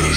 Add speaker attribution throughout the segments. Speaker 1: As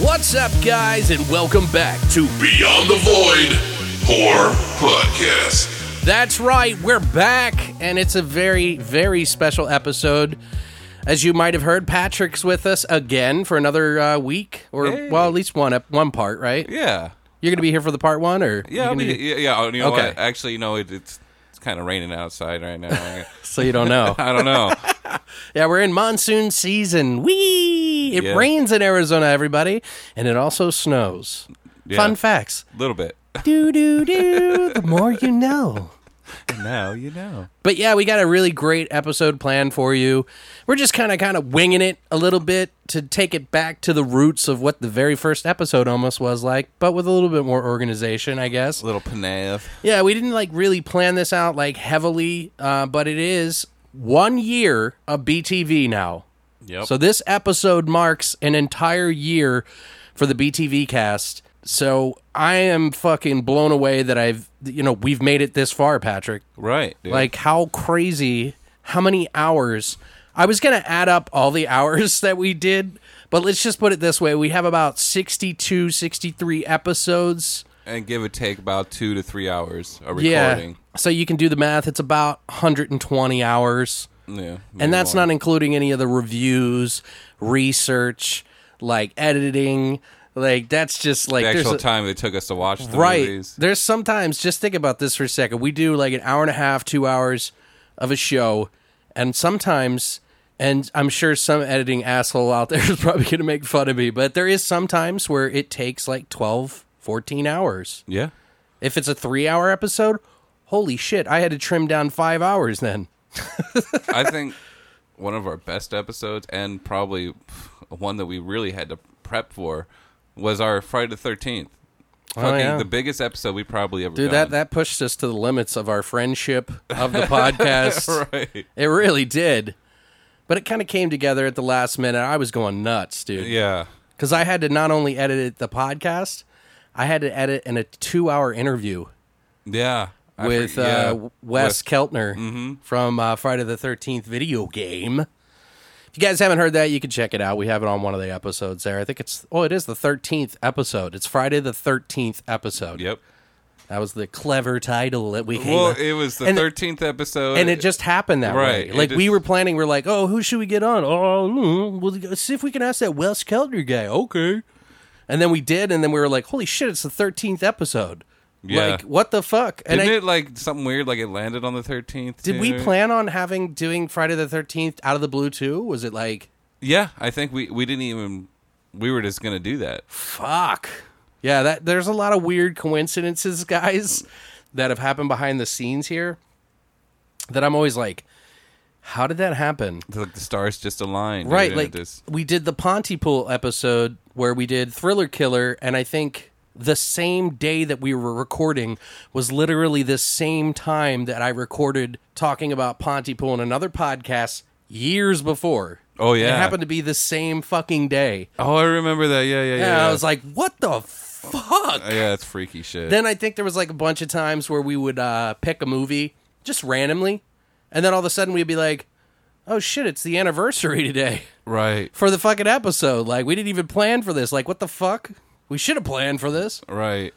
Speaker 2: What's up, guys, and welcome back to.
Speaker 1: Beyond the Void Horror Podcast.
Speaker 2: That's right, we're back, and it's a very, very special episode. As you might have heard, Patrick's with us again for another uh, week, or
Speaker 3: Hey.
Speaker 2: well, at least one ep- one part, right?
Speaker 3: Yeah.
Speaker 2: You're gonna be here for the part one, or
Speaker 3: Yeah,
Speaker 2: you're
Speaker 3: I'll be,
Speaker 2: gonna be-
Speaker 3: yeah, yeah. oh, You know
Speaker 2: Okay.
Speaker 3: what? Actually, you know, it, it's it's kind of raining outside right now.
Speaker 2: so you don't know.
Speaker 3: I don't know.
Speaker 2: yeah, we're in monsoon season. Whee! It
Speaker 3: Yeah.
Speaker 2: rains in Arizona, everybody, and it also snows.
Speaker 3: Yeah.
Speaker 2: Fun facts.
Speaker 3: A little bit.
Speaker 2: Do do do. The more you know.
Speaker 3: Now you know.
Speaker 2: But yeah, we got a really great episode planned for you. We're just kind of kind of winging it a little bit to take it back to the roots of what the very first episode almost was like, but with a little bit more organization, I guess.
Speaker 3: A little panav.
Speaker 2: Yeah, we didn't like really plan this out like heavily, uh, but it is one year of BTV now.
Speaker 3: Yep.
Speaker 2: So this episode marks an entire year for the BTV cast. So I am fucking blown away that I've you know we've made it this far, Patrick.
Speaker 3: Right. dude.
Speaker 2: Like how crazy, how many hours? I was going to add up all the hours that we did, but let's just put it this way. We have about 62, 63 episodes.
Speaker 3: and give it take about two to three hours of
Speaker 2: Yeah.
Speaker 3: recording.
Speaker 2: So you can do the math. It's about 120 hours.
Speaker 3: Yeah.
Speaker 2: And that's not including any of the reviews, research, like editing. Like that's just like
Speaker 3: the
Speaker 2: there's
Speaker 3: actual
Speaker 2: a-
Speaker 3: time it took us to watch the
Speaker 2: right.
Speaker 3: movies.
Speaker 2: There's sometimes just think about this for a second. We do like an hour and a half, two hours of a show, and sometimes, and I'm sure some editing asshole out there is probably going to make fun of me, but there is sometimes where it takes like 12, 14 hours.
Speaker 3: Yeah.
Speaker 2: If it's a three hour episode, holy shit, I had to trim down five hours then.
Speaker 3: I think one of our best episodes, and probably one that we really had to prep for, was our Friday the Thirteenth. Fucking
Speaker 2: Oh, yeah.
Speaker 3: the biggest episode we probably ever
Speaker 2: Dude, that,
Speaker 3: done.
Speaker 2: that pushed us to the limits of our friendship of the podcast.
Speaker 3: right.
Speaker 2: It really did. But it kind of came together at the last minute. I was going nuts, dude.
Speaker 3: Yeah.
Speaker 2: because I had to not only edit it- the podcast, I had to edit in a two-hour interview
Speaker 3: Yeah. I
Speaker 2: with
Speaker 3: for- yeah. Mm-hmm.
Speaker 2: uh, Wes Keltner from uh, Friday the Thirteenth video game. If you guys haven't heard that, you can check it out. We have it on one of the episodes there. I think it's oh, it is the thirteenth episode. It's Friday the Thirteenth episode.
Speaker 3: Yep.
Speaker 2: That was the clever title that we came.
Speaker 3: Well,
Speaker 2: up-
Speaker 3: it was the
Speaker 2: and-
Speaker 3: thirteenth episode,
Speaker 2: and it just happened that
Speaker 3: Right,
Speaker 2: way.
Speaker 3: it
Speaker 2: Like we
Speaker 3: just-
Speaker 2: were planning, we're like, oh, who should we get on? Oh, mm, well, let's see if we can ask that Wes Keltner guy. Okay, and then we did, and then we were like, holy shit, it's the thirteenth episode.
Speaker 3: Yeah.
Speaker 2: Like what the fuck? And
Speaker 3: didn't
Speaker 2: I,
Speaker 3: it like something weird? Like it landed on the thirteenth.
Speaker 2: did we plan on having doing Friday the Thirteenth out of the blue too? Was it like
Speaker 3: Yeah, I think we we didn't even. We were just gonna do that.
Speaker 2: fuck? Yeah, that there's a lot of weird coincidences, guys, that have happened behind the scenes here. That I'm always like, how did that happen?
Speaker 3: Like the stars just aligned,
Speaker 2: right
Speaker 3: dude,
Speaker 2: like
Speaker 3: and it just-
Speaker 2: we did the pontypool episode where we did thriller killer and i think the same day that we were recording was literally the same time that i recorded talking about pontypool in another podcast years before
Speaker 3: Oh,
Speaker 2: it
Speaker 3: yeah.
Speaker 2: happened to be the same fucking day
Speaker 3: Oh, I remember that. Yeah, yeah, yeah.
Speaker 2: and
Speaker 3: yeah.
Speaker 2: i was like what the fuck
Speaker 3: yeah, it's freaky shit.
Speaker 2: then I think there was like a bunch of times where we would uh, pick a movie just randomly, and then all of a sudden we'd be like, "Oh shit, it's the anniversary today
Speaker 3: right,
Speaker 2: for the fucking episode. Like we didn't even plan for this. Like what the fuck? We should have planned for this."
Speaker 3: right.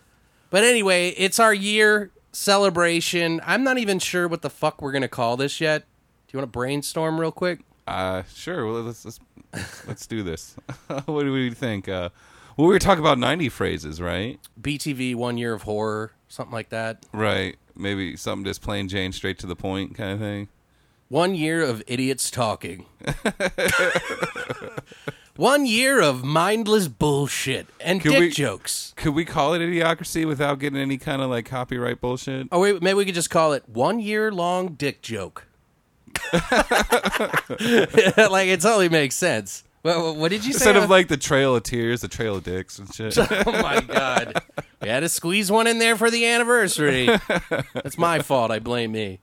Speaker 2: But anyway, it's our year celebration. I'm not even sure what the fuck we're gonna call this yet. Do you want to brainstorm real quick?
Speaker 3: Uh, sure. Well, let's let's, let's do this. what do we think? Uh, well, we were talking about ninety phrases, right?
Speaker 2: BTV one year of horror, something like that.
Speaker 3: Right. Maybe something just plain Jane, straight to the point kind of thing.
Speaker 2: One year of idiots talking. one year of mindless bullshit and
Speaker 3: Could
Speaker 2: dick
Speaker 3: we-
Speaker 2: jokes.
Speaker 3: Could we call it idiocracy without getting any kind of like copyright bullshit?
Speaker 2: Oh wait, maybe we could just call it one year long dick joke. like it totally makes sense. Well, what did you say?
Speaker 3: Instead
Speaker 2: Uh,
Speaker 3: of like the Trail of Tears, the Trail of Dicks and shit.
Speaker 2: oh my god, we had to squeeze one in there for the anniversary. That's my fault. I blame me.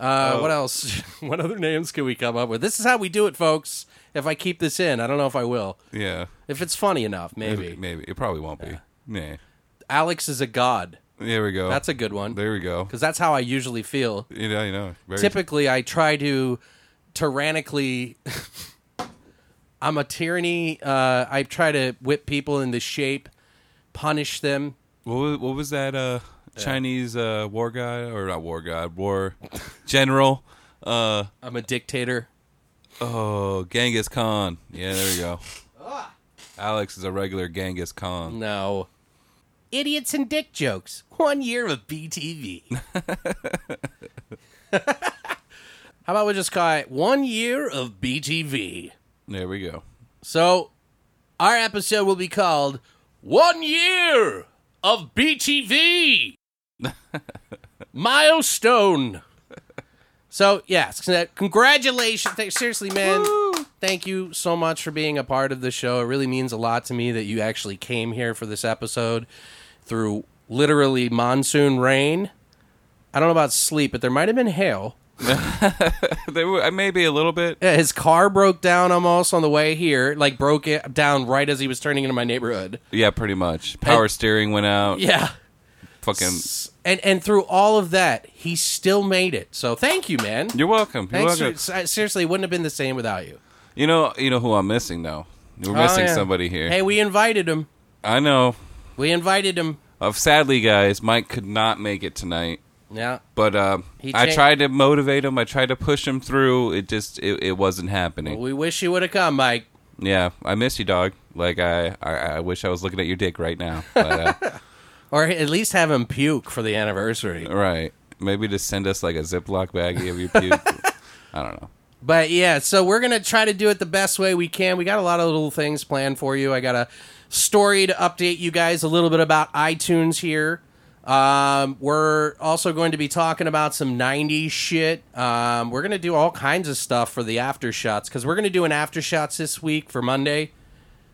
Speaker 3: Oh.
Speaker 2: Uh, What else? what other names can we come up with? This is how we do it, folks. If I keep this in, I don't know if I will.
Speaker 3: yeah.
Speaker 2: If it's funny enough, maybe.
Speaker 3: Maybe. It probably won't be. Yeah.
Speaker 2: Alex is a god.
Speaker 3: There we go.
Speaker 2: That's a good one.
Speaker 3: There we go.
Speaker 2: Because that's how I usually feel.
Speaker 3: You know, you know. Very,
Speaker 2: Typically, I try to tyrannically. I'm a tyranny. Uh, I try to whip people into shape, punish them.
Speaker 3: what, was, what was that uh, Chinese uh, war god or not war god war general? Uh,
Speaker 2: I'm a dictator.
Speaker 3: oh, Genghis Khan. Yeah, there we go.
Speaker 2: Ah.
Speaker 3: Alex is a regular Genghis Khan.
Speaker 2: No. Idiots and dick jokes. One year of BTV. How about we just call it one year of BTV?
Speaker 3: There we go.
Speaker 2: So, our episode will be called One Year of BTV Milestone. So, yes, c- congratulations. Th- Seriously, man, thank you so much for being a part of the show. It really means a lot to me that you actually came here for this episode through literally monsoon rain. I don't know about sleep, but there might have been hail.
Speaker 3: They were, uh, maybe a little bit.
Speaker 2: Yeah, his car broke down almost on the way here. Like broke it down right as he was turning into my neighborhood.
Speaker 3: Yeah, pretty much. Power steering went out.
Speaker 2: Yeah.
Speaker 3: Fucking.
Speaker 2: And and through all of that, he still made it. So thank you, man.
Speaker 3: You're welcome. You're
Speaker 2: Thanks.
Speaker 3: welcome.
Speaker 2: For, se- seriously, it wouldn't have been the same without you.
Speaker 3: You know, you know who I'm missing though. We're missing
Speaker 2: Oh, yeah.
Speaker 3: somebody here.
Speaker 2: Hey, we invited him.
Speaker 3: I know.
Speaker 2: We invited him.
Speaker 3: Uh, sadly, guys, Mike could not make it tonight.
Speaker 2: Yeah.
Speaker 3: But uh,
Speaker 2: He
Speaker 3: I
Speaker 2: changed-
Speaker 3: tried to motivate him. I tried to push him through. It just it, it wasn't happening.
Speaker 2: We wish you would have come, Mike.
Speaker 3: yeah, I miss you, dog. Like I, I I wish I was looking at your dick right now. But, uh,
Speaker 2: Or at least have him puke for the anniversary.
Speaker 3: right? Maybe just send us like a Ziploc baggie of your puke. I don't know.
Speaker 2: But yeah, so we're gonna try to do it the best way we can. We got a lot of little things planned for you. I got a story to update you guys a little bit about iTunes here. Um, we're also going to be talking about some '90s shit. Um, we're gonna do all kinds of stuff for the aftershots because we're gonna do an aftershots this week for Monday,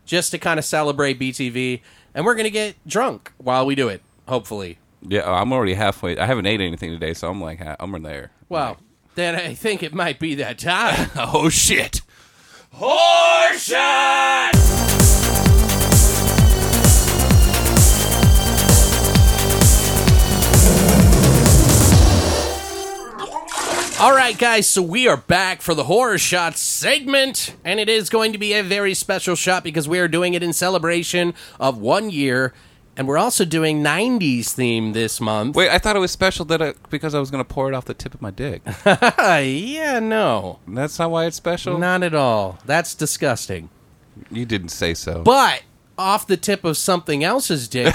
Speaker 2: just to kind of celebrate BTV, and we're gonna get drunk while we do it. Hopefully,
Speaker 3: Yeah, oh, I'm already halfway. I haven't ate anything today, so I'm like ha- I'm in there.
Speaker 2: well, then I think it might be that time.
Speaker 3: Oh shit! Horseshit!
Speaker 2: All right, guys, so we are back for the horror shot segment, and it is going to be a very special shot because we are doing it in celebration of one year, and we're also doing 90s theme this month.
Speaker 3: Wait, I thought it was special that I, because I was gonna pour it off the tip of my dick.
Speaker 2: Ah, yeah, no,
Speaker 3: That's not why it's special.
Speaker 2: not at all. That's disgusting.
Speaker 3: You didn't say so.
Speaker 2: But off the tip of something else's dick.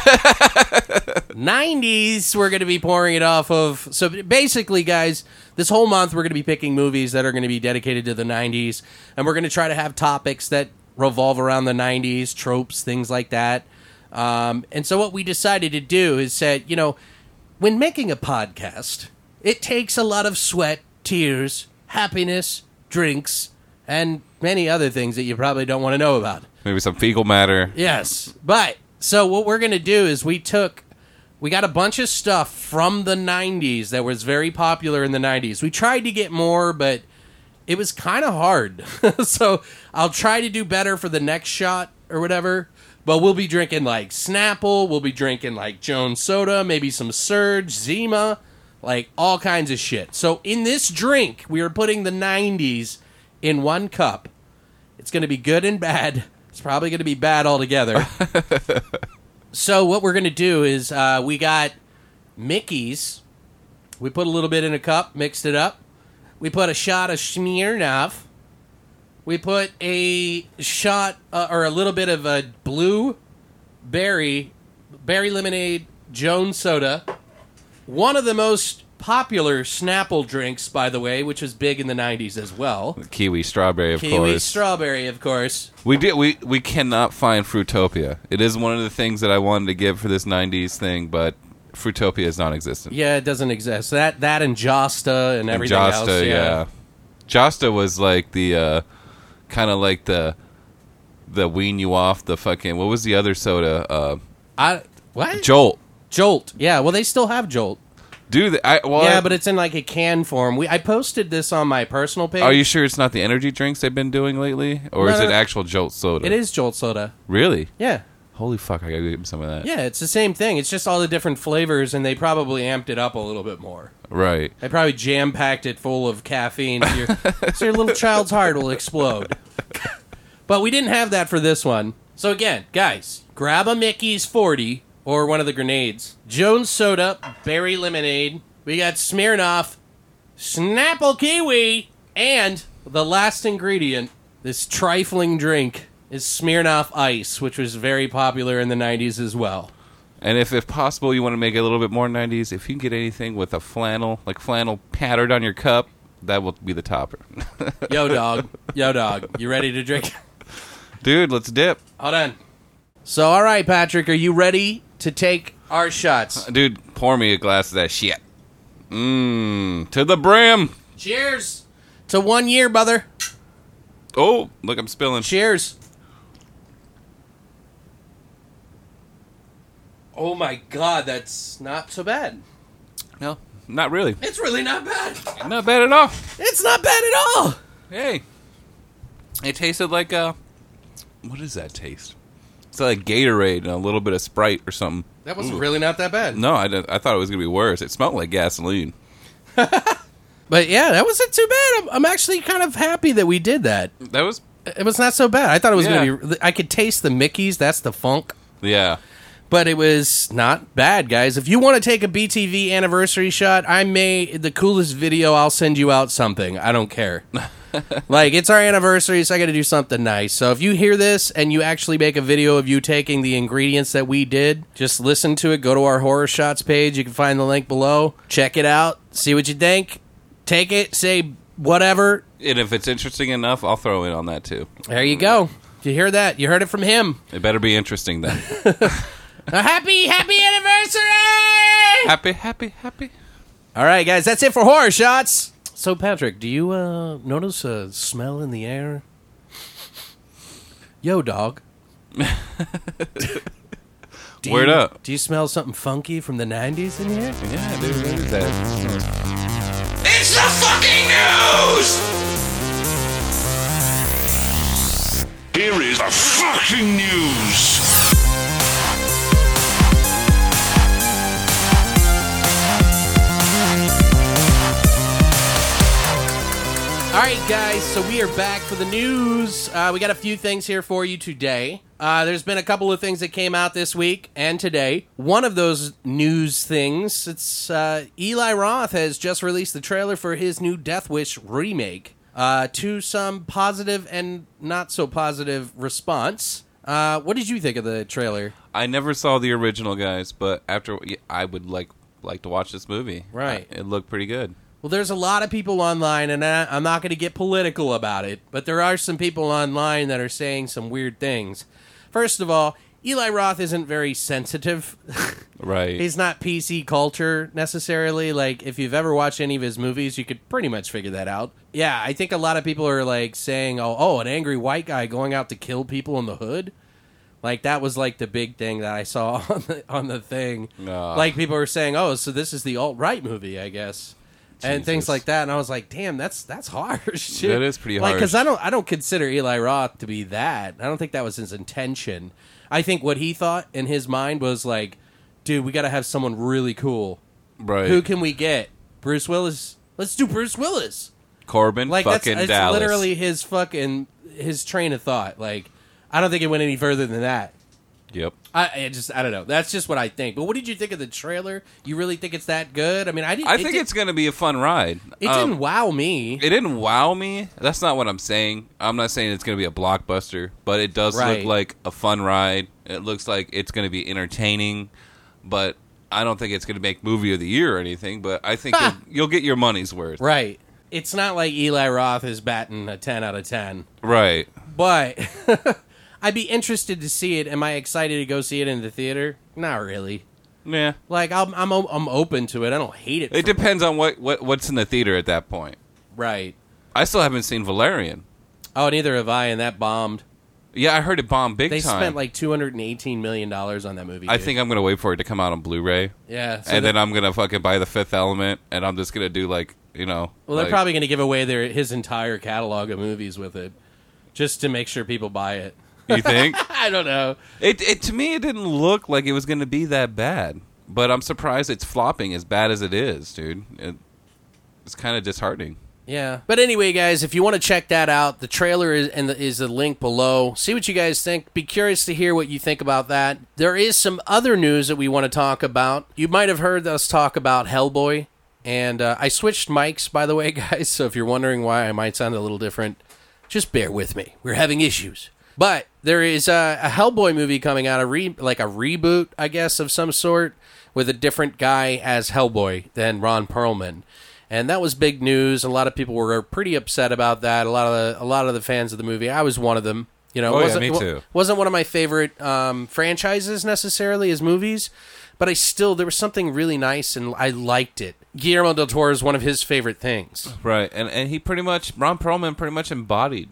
Speaker 2: 90s, we're going to be pouring it off of. So basically, guys, this whole month we're going to be picking movies that are going to be dedicated to the 90s. And we're going to try to have topics that revolve around the 90s, tropes, things like that. Um, and so what we decided to do is said, you know, when making a podcast, it takes a lot of sweat, tears, happiness, drinks, and many other things that you probably don't want to know about.
Speaker 3: Maybe some fecal matter.
Speaker 2: Yes. But so what we're going to do is we took we got a bunch of stuff from the 90s that was very popular in the 90s. We tried to get more but it was kind of hard. so I'll try to do better for the next shot or whatever. But we'll be drinking like Snapple, we'll be drinking like Jones soda, maybe some Surge, Zima, like all kinds of shit. So in this drink, we are putting the 90s in one cup. It's going to be good and bad. It's probably going to be bad altogether. so what we're going to do is uh, we got Mickey's. We put a little bit in a cup, mixed it up. We put a shot of Smirnoff. We put a shot uh, or a little bit of a blue berry, berry lemonade, Jones soda. One of the most popular Snapple drinks, by the way, which was big in the 90s as well.
Speaker 3: Kiwi strawberry, of
Speaker 2: Kiwi
Speaker 3: course.
Speaker 2: strawberry, of course.
Speaker 3: we did. We we cannot find Fruitopia. It is one of the things that I wanted to give for this '90s thing, but Fruitopia is non-existent.
Speaker 2: Yeah, it doesn't exist. That that and Josta and everything
Speaker 3: Josta,
Speaker 2: else. Yeah.
Speaker 3: Josta was like the uh, kind of like the the wean you off the fucking what was the other soda? Uh,
Speaker 2: I what?
Speaker 3: Jolt.
Speaker 2: Jolt. Yeah. Well, they still have Jolt.
Speaker 3: Do the I, well,
Speaker 2: Yeah, but it's in like a can form. We I posted this on my personal page.
Speaker 3: are you sure it's not the energy drinks they've been doing lately, or
Speaker 2: No,
Speaker 3: is
Speaker 2: no,
Speaker 3: it
Speaker 2: no.
Speaker 3: actual Jolt soda?
Speaker 2: It is Jolt soda.
Speaker 3: really.
Speaker 2: Yeah.
Speaker 3: Holy fuck! I gotta get him some of that.
Speaker 2: Yeah, it's the same thing. It's just all the different flavors, and they probably amped it up a little bit more.
Speaker 3: Right.
Speaker 2: They probably jam packed it full of caffeine, so your, so your little child's heart will explode. But we didn't have that for this one. So again, guys, grab a Mickey's 40 or one of the grenades. Jones Soda, Berry Lemonade. We got Smirnoff, Snapple Kiwi, and the last ingredient, this trifling drink, is Smirnoff Ice, which was very popular in the 90s as well.
Speaker 3: And if, if possible, you want to make it a little bit more 90s, if you can get anything with a flannel, like flannel patterned on your cup, that will be the topper.
Speaker 2: Yo, dog. Yo, dog. You ready to drink?
Speaker 3: Dude, let's dip.
Speaker 2: Hold on. So, all right, Patrick, are you ready to take our shots?
Speaker 3: Dude, pour me a glass of that shit. Mmm, to the brim.
Speaker 2: Cheers to one year, brother.
Speaker 3: Oh, look, I'm spilling.
Speaker 2: Cheers. Oh my god, that's not so bad.
Speaker 3: No, not really.
Speaker 2: It's really not bad.
Speaker 3: Not bad at all.
Speaker 2: It's not bad at all.
Speaker 3: Hey, it tasted like a. What does that taste? It's like Gatorade and a little bit of Sprite or something.
Speaker 2: That was really not that bad.
Speaker 3: No, I, didn't- I thought it was going to be worse. It smelled like gasoline.
Speaker 2: But yeah, that wasn't too bad. I'm, I'm actually kind of happy that we did that.
Speaker 3: That was.
Speaker 2: It was not so bad. I thought it was
Speaker 3: Yeah.
Speaker 2: going to be. I could taste the Mickey's. That's the funk.
Speaker 3: Yeah.
Speaker 2: but it was not bad, guys. If you want to take a BTV anniversary shot, I made the coolest video. I'll send you out something. I don't care. like it's our anniversary, so I got to do something nice. So if you hear this and you actually make a video of you taking the ingredients that we did, just listen to it. Go to our horror shots page. You can find the link below. Check it out. See what you think. Take it. Say whatever.
Speaker 3: And if it's interesting enough, I'll throw in on that too.
Speaker 2: There you go. You hear that? You heard it from him.
Speaker 3: It better be interesting then.
Speaker 2: A happy, happy anniversary!
Speaker 3: happy, happy, happy.
Speaker 2: All right, guys, that's it for horror shots. So, Patrick, do you uh, notice a smell in the air? Yo, dog. Do
Speaker 3: Word
Speaker 2: you-
Speaker 3: up.
Speaker 2: Do you smell something funky from the 90s in here?
Speaker 3: Yeah, dude, what is that?
Speaker 1: It's the fucking news! Here is the fucking news!
Speaker 2: All right, guys, so we are back for the news. Uh, we got a few things here for you today. Uh, there's been a couple of things that came out this week and today. One of those news things, it's uh, Eli Roth has just released the trailer for his new Death Wish remake uh, to some positive and not so positive response. Uh, what did you think of the trailer?
Speaker 3: I never saw the original guys, but after yeah, I would like like to watch this movie.
Speaker 2: Right.
Speaker 3: I- it looked pretty good.
Speaker 2: Well, there's a lot of people online, and I, I'm not going to get political about it, but there are some people online that are saying some weird things. First of all, Eli Roth isn't very sensitive.
Speaker 3: Right.
Speaker 2: He's not PC culture necessarily. Like, if you've ever watched any of his movies, you could pretty much figure that out. Yeah, I think a lot of people are like saying, oh, oh, an angry white guy going out to kill people in the hood. Like that was like the big thing that I saw on the on the thing.
Speaker 3: Ah.
Speaker 2: Like people were saying, "Oh, so this is the alt right movie, I guess," and things
Speaker 3: Jesus.
Speaker 2: like that. And I was like, "Damn, that's that's harsh."
Speaker 3: That is pretty
Speaker 2: Like, because
Speaker 3: harsh.
Speaker 2: I don't I don't consider Eli Roth to be that. I don't think that was his intention. I think what he thought in his mind was like, "Dude, we got to have someone really cool.
Speaker 3: right.
Speaker 2: Who can we get? Bruce Willis. Let's do Bruce Willis."
Speaker 3: Corbin
Speaker 2: Like that's,
Speaker 3: fucking
Speaker 2: that's
Speaker 3: Dallas.
Speaker 2: literally his fucking his train of thought. Like I don't think it went any further than that.
Speaker 3: Yep.
Speaker 2: I, I just I don't know. That's just what I think. But what did you think of the trailer? You really think it's that good? I mean, I didn't.
Speaker 3: I
Speaker 2: it
Speaker 3: think
Speaker 2: did-
Speaker 3: it's going to be a fun ride.
Speaker 2: It
Speaker 3: Um,
Speaker 2: didn't wow me.
Speaker 3: it didn't wow me. That's not what I'm saying. I'm not saying it's going to be a blockbuster, but it does
Speaker 2: Right.
Speaker 3: look like a fun ride. It looks like it's going to be entertaining, but I don't think it's going to make movie of the year or anything. But I think you'll, you'll get your money's worth.
Speaker 2: right. It's not like Eli Roth is batting a ten out of ten.
Speaker 3: Right.
Speaker 2: But I'd be interested to see it. Am I excited to go see it in the theater? Not really.
Speaker 3: Yeah.
Speaker 2: Like I'm I'm o- I'm open to it. I don't hate it.
Speaker 3: It depends on what, what what's in the theater at that point.
Speaker 2: right.
Speaker 3: I still haven't seen Valerian.
Speaker 2: Oh, neither have I, and that bombed.
Speaker 3: Yeah, I heard it bombed big
Speaker 2: They
Speaker 3: time.
Speaker 2: spent like two hundred and eighteen million dollars on that movie.
Speaker 3: I
Speaker 2: dude.
Speaker 3: think I'm gonna wait for it to come out on Blu-ray,
Speaker 2: Yeah. so
Speaker 3: and
Speaker 2: they-
Speaker 3: then I'm gonna fucking buy the Fifth Element, and I'm just gonna do like you know.
Speaker 2: well, they're
Speaker 3: like-
Speaker 2: probably going to give away their his entire catalog of movies with it, just to make sure people buy it.
Speaker 3: You think?
Speaker 2: I don't know.
Speaker 3: It, it to me, it didn't look like it was going to be that bad, but I'm surprised it's flopping as bad as it is, dude. It, it's kind of disheartening.
Speaker 2: Yeah. But anyway, guys, if you want to check that out, the trailer is and the, is the link below. See what you guys think. Be curious to hear what you think about that. There is some other news that we want to talk about. You might have heard us talk about Hellboy, and uh, I switched mics, by the way, guys. So if you're wondering why I might sound a little different, just bear with me. We're having issues. But there is a, a Hellboy movie coming out, a re, like a reboot, I guess, of some sort, with a different guy as Hellboy than Ron Perlman, and that was big news. A lot of people were pretty upset about that. A lot of the, a lot of the fans of the movie, I was one of them. You know, it
Speaker 3: Oh, yeah,
Speaker 2: wasn't,
Speaker 3: me
Speaker 2: wa-
Speaker 3: too.
Speaker 2: wasn't one of my favorite um, franchises necessarily as movies, but I still there was something really nice and I liked it. Guillermo del Toro is one of his favorite things.
Speaker 3: Right, and and he pretty much Ron Perlman pretty much embodied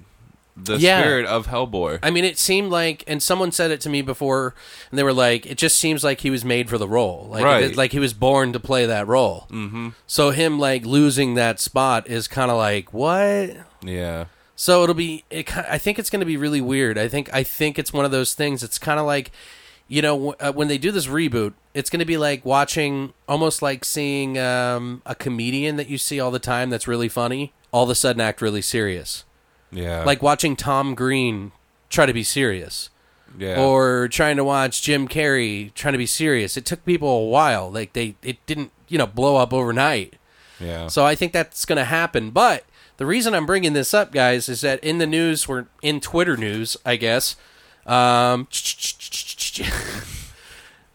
Speaker 3: the
Speaker 2: Yeah.
Speaker 3: spirit of Hellboy.
Speaker 2: I mean, it seemed like, and someone said it to me before, and they were like, "It just seems like he was made for the role, like
Speaker 3: Right.
Speaker 2: it- like he was born to play that role." Mm-hmm. So him like losing that spot is kind of like what?
Speaker 3: yeah,
Speaker 2: So it'll be. It, ki- I think it's going to be really weird. I think I think it's one of those things. It's kind of like, you know, w- uh, when they do this reboot, it's going to be like watching, almost like seeing um, a comedian that you see all the time that's really funny, all of a sudden act really serious,
Speaker 3: yeah,
Speaker 2: like watching Tom Green try to be serious
Speaker 3: yeah.
Speaker 2: or trying to watch Jim Carrey trying to be serious. It took people a while. Like they it didn't, you know, blow up overnight.
Speaker 3: yeah.
Speaker 2: So I think that's going to happen, but the reason I'm bringing this up guys is that in the news we're in Twitter news, I guess. Um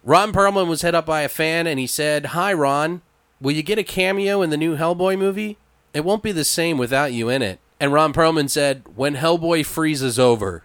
Speaker 2: Ron Perlman was hit up by a fan and he said, "Hi Ron, will you get a cameo in the new Hellboy movie? It won't be the same without you in it." And Ron Perlman said, "When Hellboy freezes over."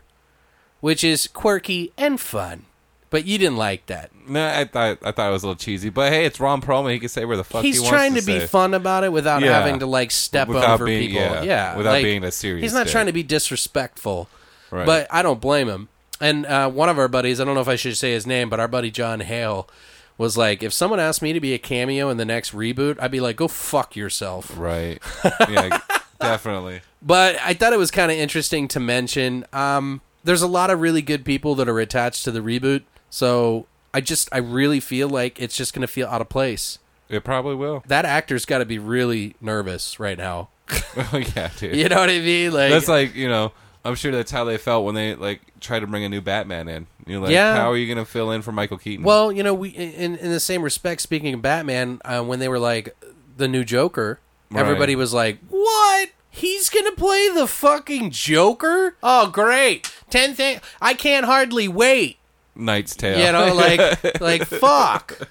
Speaker 2: which is quirky and fun. But you didn't like that.
Speaker 3: no, I thought I thought it was a little cheesy, but hey, it's Ron Perlman. He can say where the fuck
Speaker 2: he's
Speaker 3: he wants
Speaker 2: trying to, be
Speaker 3: say.
Speaker 2: fun about it without
Speaker 3: Yeah.
Speaker 2: having to like step
Speaker 3: Without
Speaker 2: over
Speaker 3: being-
Speaker 2: people.
Speaker 3: yeah.
Speaker 2: Yeah,
Speaker 3: Without
Speaker 2: like,
Speaker 3: being a serious
Speaker 2: He's not
Speaker 3: dick.
Speaker 2: trying to be disrespectful,
Speaker 3: Right.
Speaker 2: but I don't blame him. And uh, one of our buddies, I don't know if I should say his name, but our buddy John Hale was like, if someone asked me to be a cameo in the next reboot, I'd be like, go fuck yourself.
Speaker 3: Right. Yeah, definitely.
Speaker 2: but I thought it was kind of interesting to mention. Um, there's a lot of really good people that are attached to the reboot, so I just I really feel like it's just gonna feel out of place.
Speaker 3: It probably will.
Speaker 2: That actor's got to be really nervous right now.
Speaker 3: yeah, dude.
Speaker 2: You know what I mean? Like,
Speaker 3: That's like you know. I'm sure that's how they felt when they like tried to bring a new Batman in. You're like,
Speaker 2: Yeah.
Speaker 3: how are you gonna fill in for Michael Keaton?
Speaker 2: well, you know, we in in the same respect. Speaking of Batman, uh, when they were like the new Joker, everybody
Speaker 3: Right.
Speaker 2: was like, "What? He's gonna play the fucking Joker? Oh, great! Ten thing. I can't hardly wait."
Speaker 3: Knight's Tale.
Speaker 2: You know, like like fuck.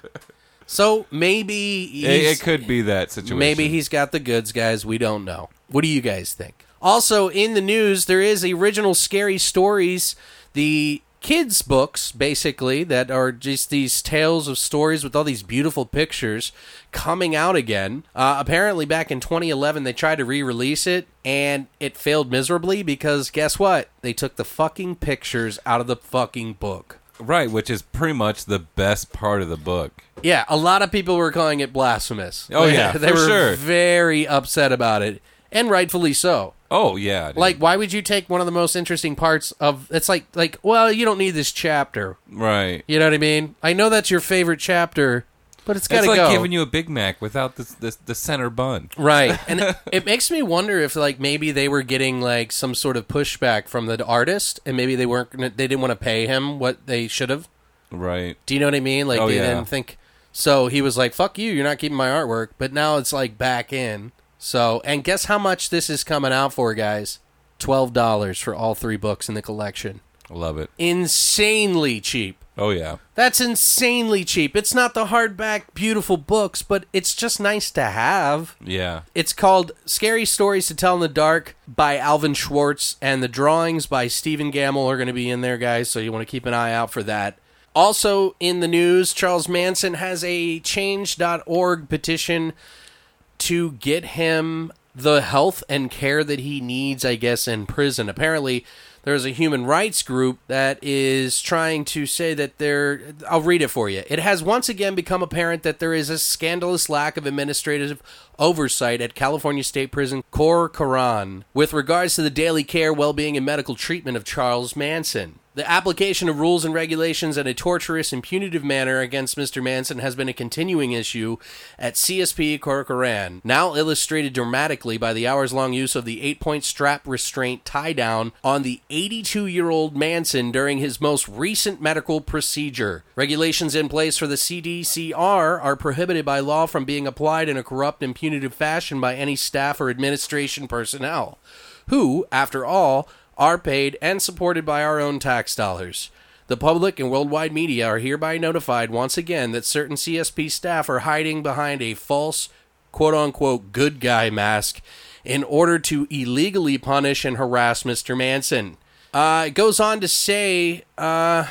Speaker 2: So maybe he's,
Speaker 3: it, it could be that situation.
Speaker 2: maybe he's got the goods, guys. We don't know. What do you guys think? Also in the news, there is the original scary stories, the kids' books, basically that are just these tales of stories with all these beautiful pictures coming out again. Uh, apparently, back in 2011, they tried to re-release it and it failed miserably because guess what? They took the fucking pictures out of the fucking book.
Speaker 3: right, which is pretty much the best part of the book.
Speaker 2: Yeah, a lot of people were calling it blasphemous.
Speaker 3: Oh, yeah,
Speaker 2: they
Speaker 3: for
Speaker 2: were
Speaker 3: sure.
Speaker 2: very upset about it, and rightfully so.
Speaker 3: Oh yeah, dude.
Speaker 2: Like, why would you take one of the most interesting parts of? It's like, like, well, you don't need this chapter.
Speaker 3: right.
Speaker 2: You know what I mean? I know that's your favorite chapter, but it's got
Speaker 3: It's
Speaker 2: to
Speaker 3: like
Speaker 2: go.
Speaker 3: giving you a Big Mac without the the, the center bun.
Speaker 2: Right. And it, it makes me wonder if like maybe they were getting like some sort of pushback from the artist and maybe they weren't gonna, they didn't want to pay him what they should have.
Speaker 3: Right.
Speaker 2: Do you know what I mean? Like
Speaker 3: Oh,
Speaker 2: they
Speaker 3: yeah.
Speaker 2: didn't think. So he was like, "Fuck you! You're not keeping my artwork." But now it's like back in. So and guess how much this is coming out for, guys? Twelve dollars for all three books in the collection.
Speaker 3: Love it.
Speaker 2: Insanely cheap.
Speaker 3: Oh yeah.
Speaker 2: That's insanely cheap. It's not the hardback, beautiful books, but it's just nice to have.
Speaker 3: Yeah.
Speaker 2: It's called Scary Stories to Tell in the Dark by Alvin Schwartz, and the drawings by Stephen Gamble are going to be in there, guys, so you want to keep an eye out for that. Also in the news, Charles Manson has a change.org petition to get him the health and care that he needs, I guess, in prison. Apparently, there's a human rights group that is trying to say that there. I'll read it for you. It has once again become apparent that there is a scandalous lack of administrative oversight at California State Prison Corcoran with regards to the daily care, well being, and medical treatment of Charles Manson. The application of rules and regulations in a torturous and punitive manner against Mr. Manson has been a continuing issue at CSP Corcoran, now illustrated dramatically by the hours long use of the eight point strap restraint tie down on the 82 year old Manson during his most recent medical procedure. Regulations in place for the CDCR are prohibited by law from being applied in a corrupt and punitive fashion by any staff or administration personnel who, after all, are paid and supported by our own tax dollars. The public and worldwide media are hereby notified once again that certain CSP staff are hiding behind a false, quote unquote, good guy mask in order to illegally punish and harass Mr. Manson. Uh, it goes on to say, uh,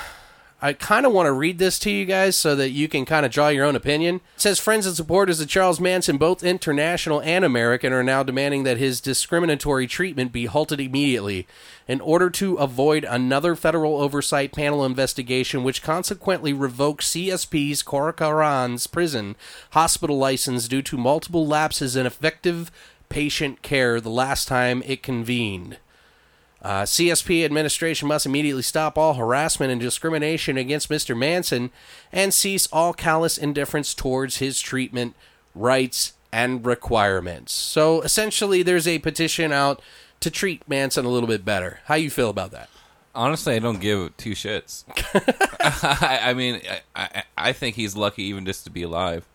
Speaker 2: I kind of want to read this to you guys so that you can kind of draw your own opinion. It says friends and supporters of Charles Manson, both international and American, are now demanding that his discriminatory treatment be halted immediately in order to avoid another federal oversight panel investigation, which consequently revokes CSP's Corcoran's prison hospital license due to multiple lapses in effective patient care the last time it convened. Uh, CSP administration must immediately stop all harassment and discrimination against Mr. Manson and cease all callous indifference towards his treatment, rights, and requirements. So essentially, there's a petition out to treat Manson a little bit better. How you feel about that?
Speaker 3: Honestly, I don't give two shits. I, I mean, I, I, I think he's lucky even just to be alive.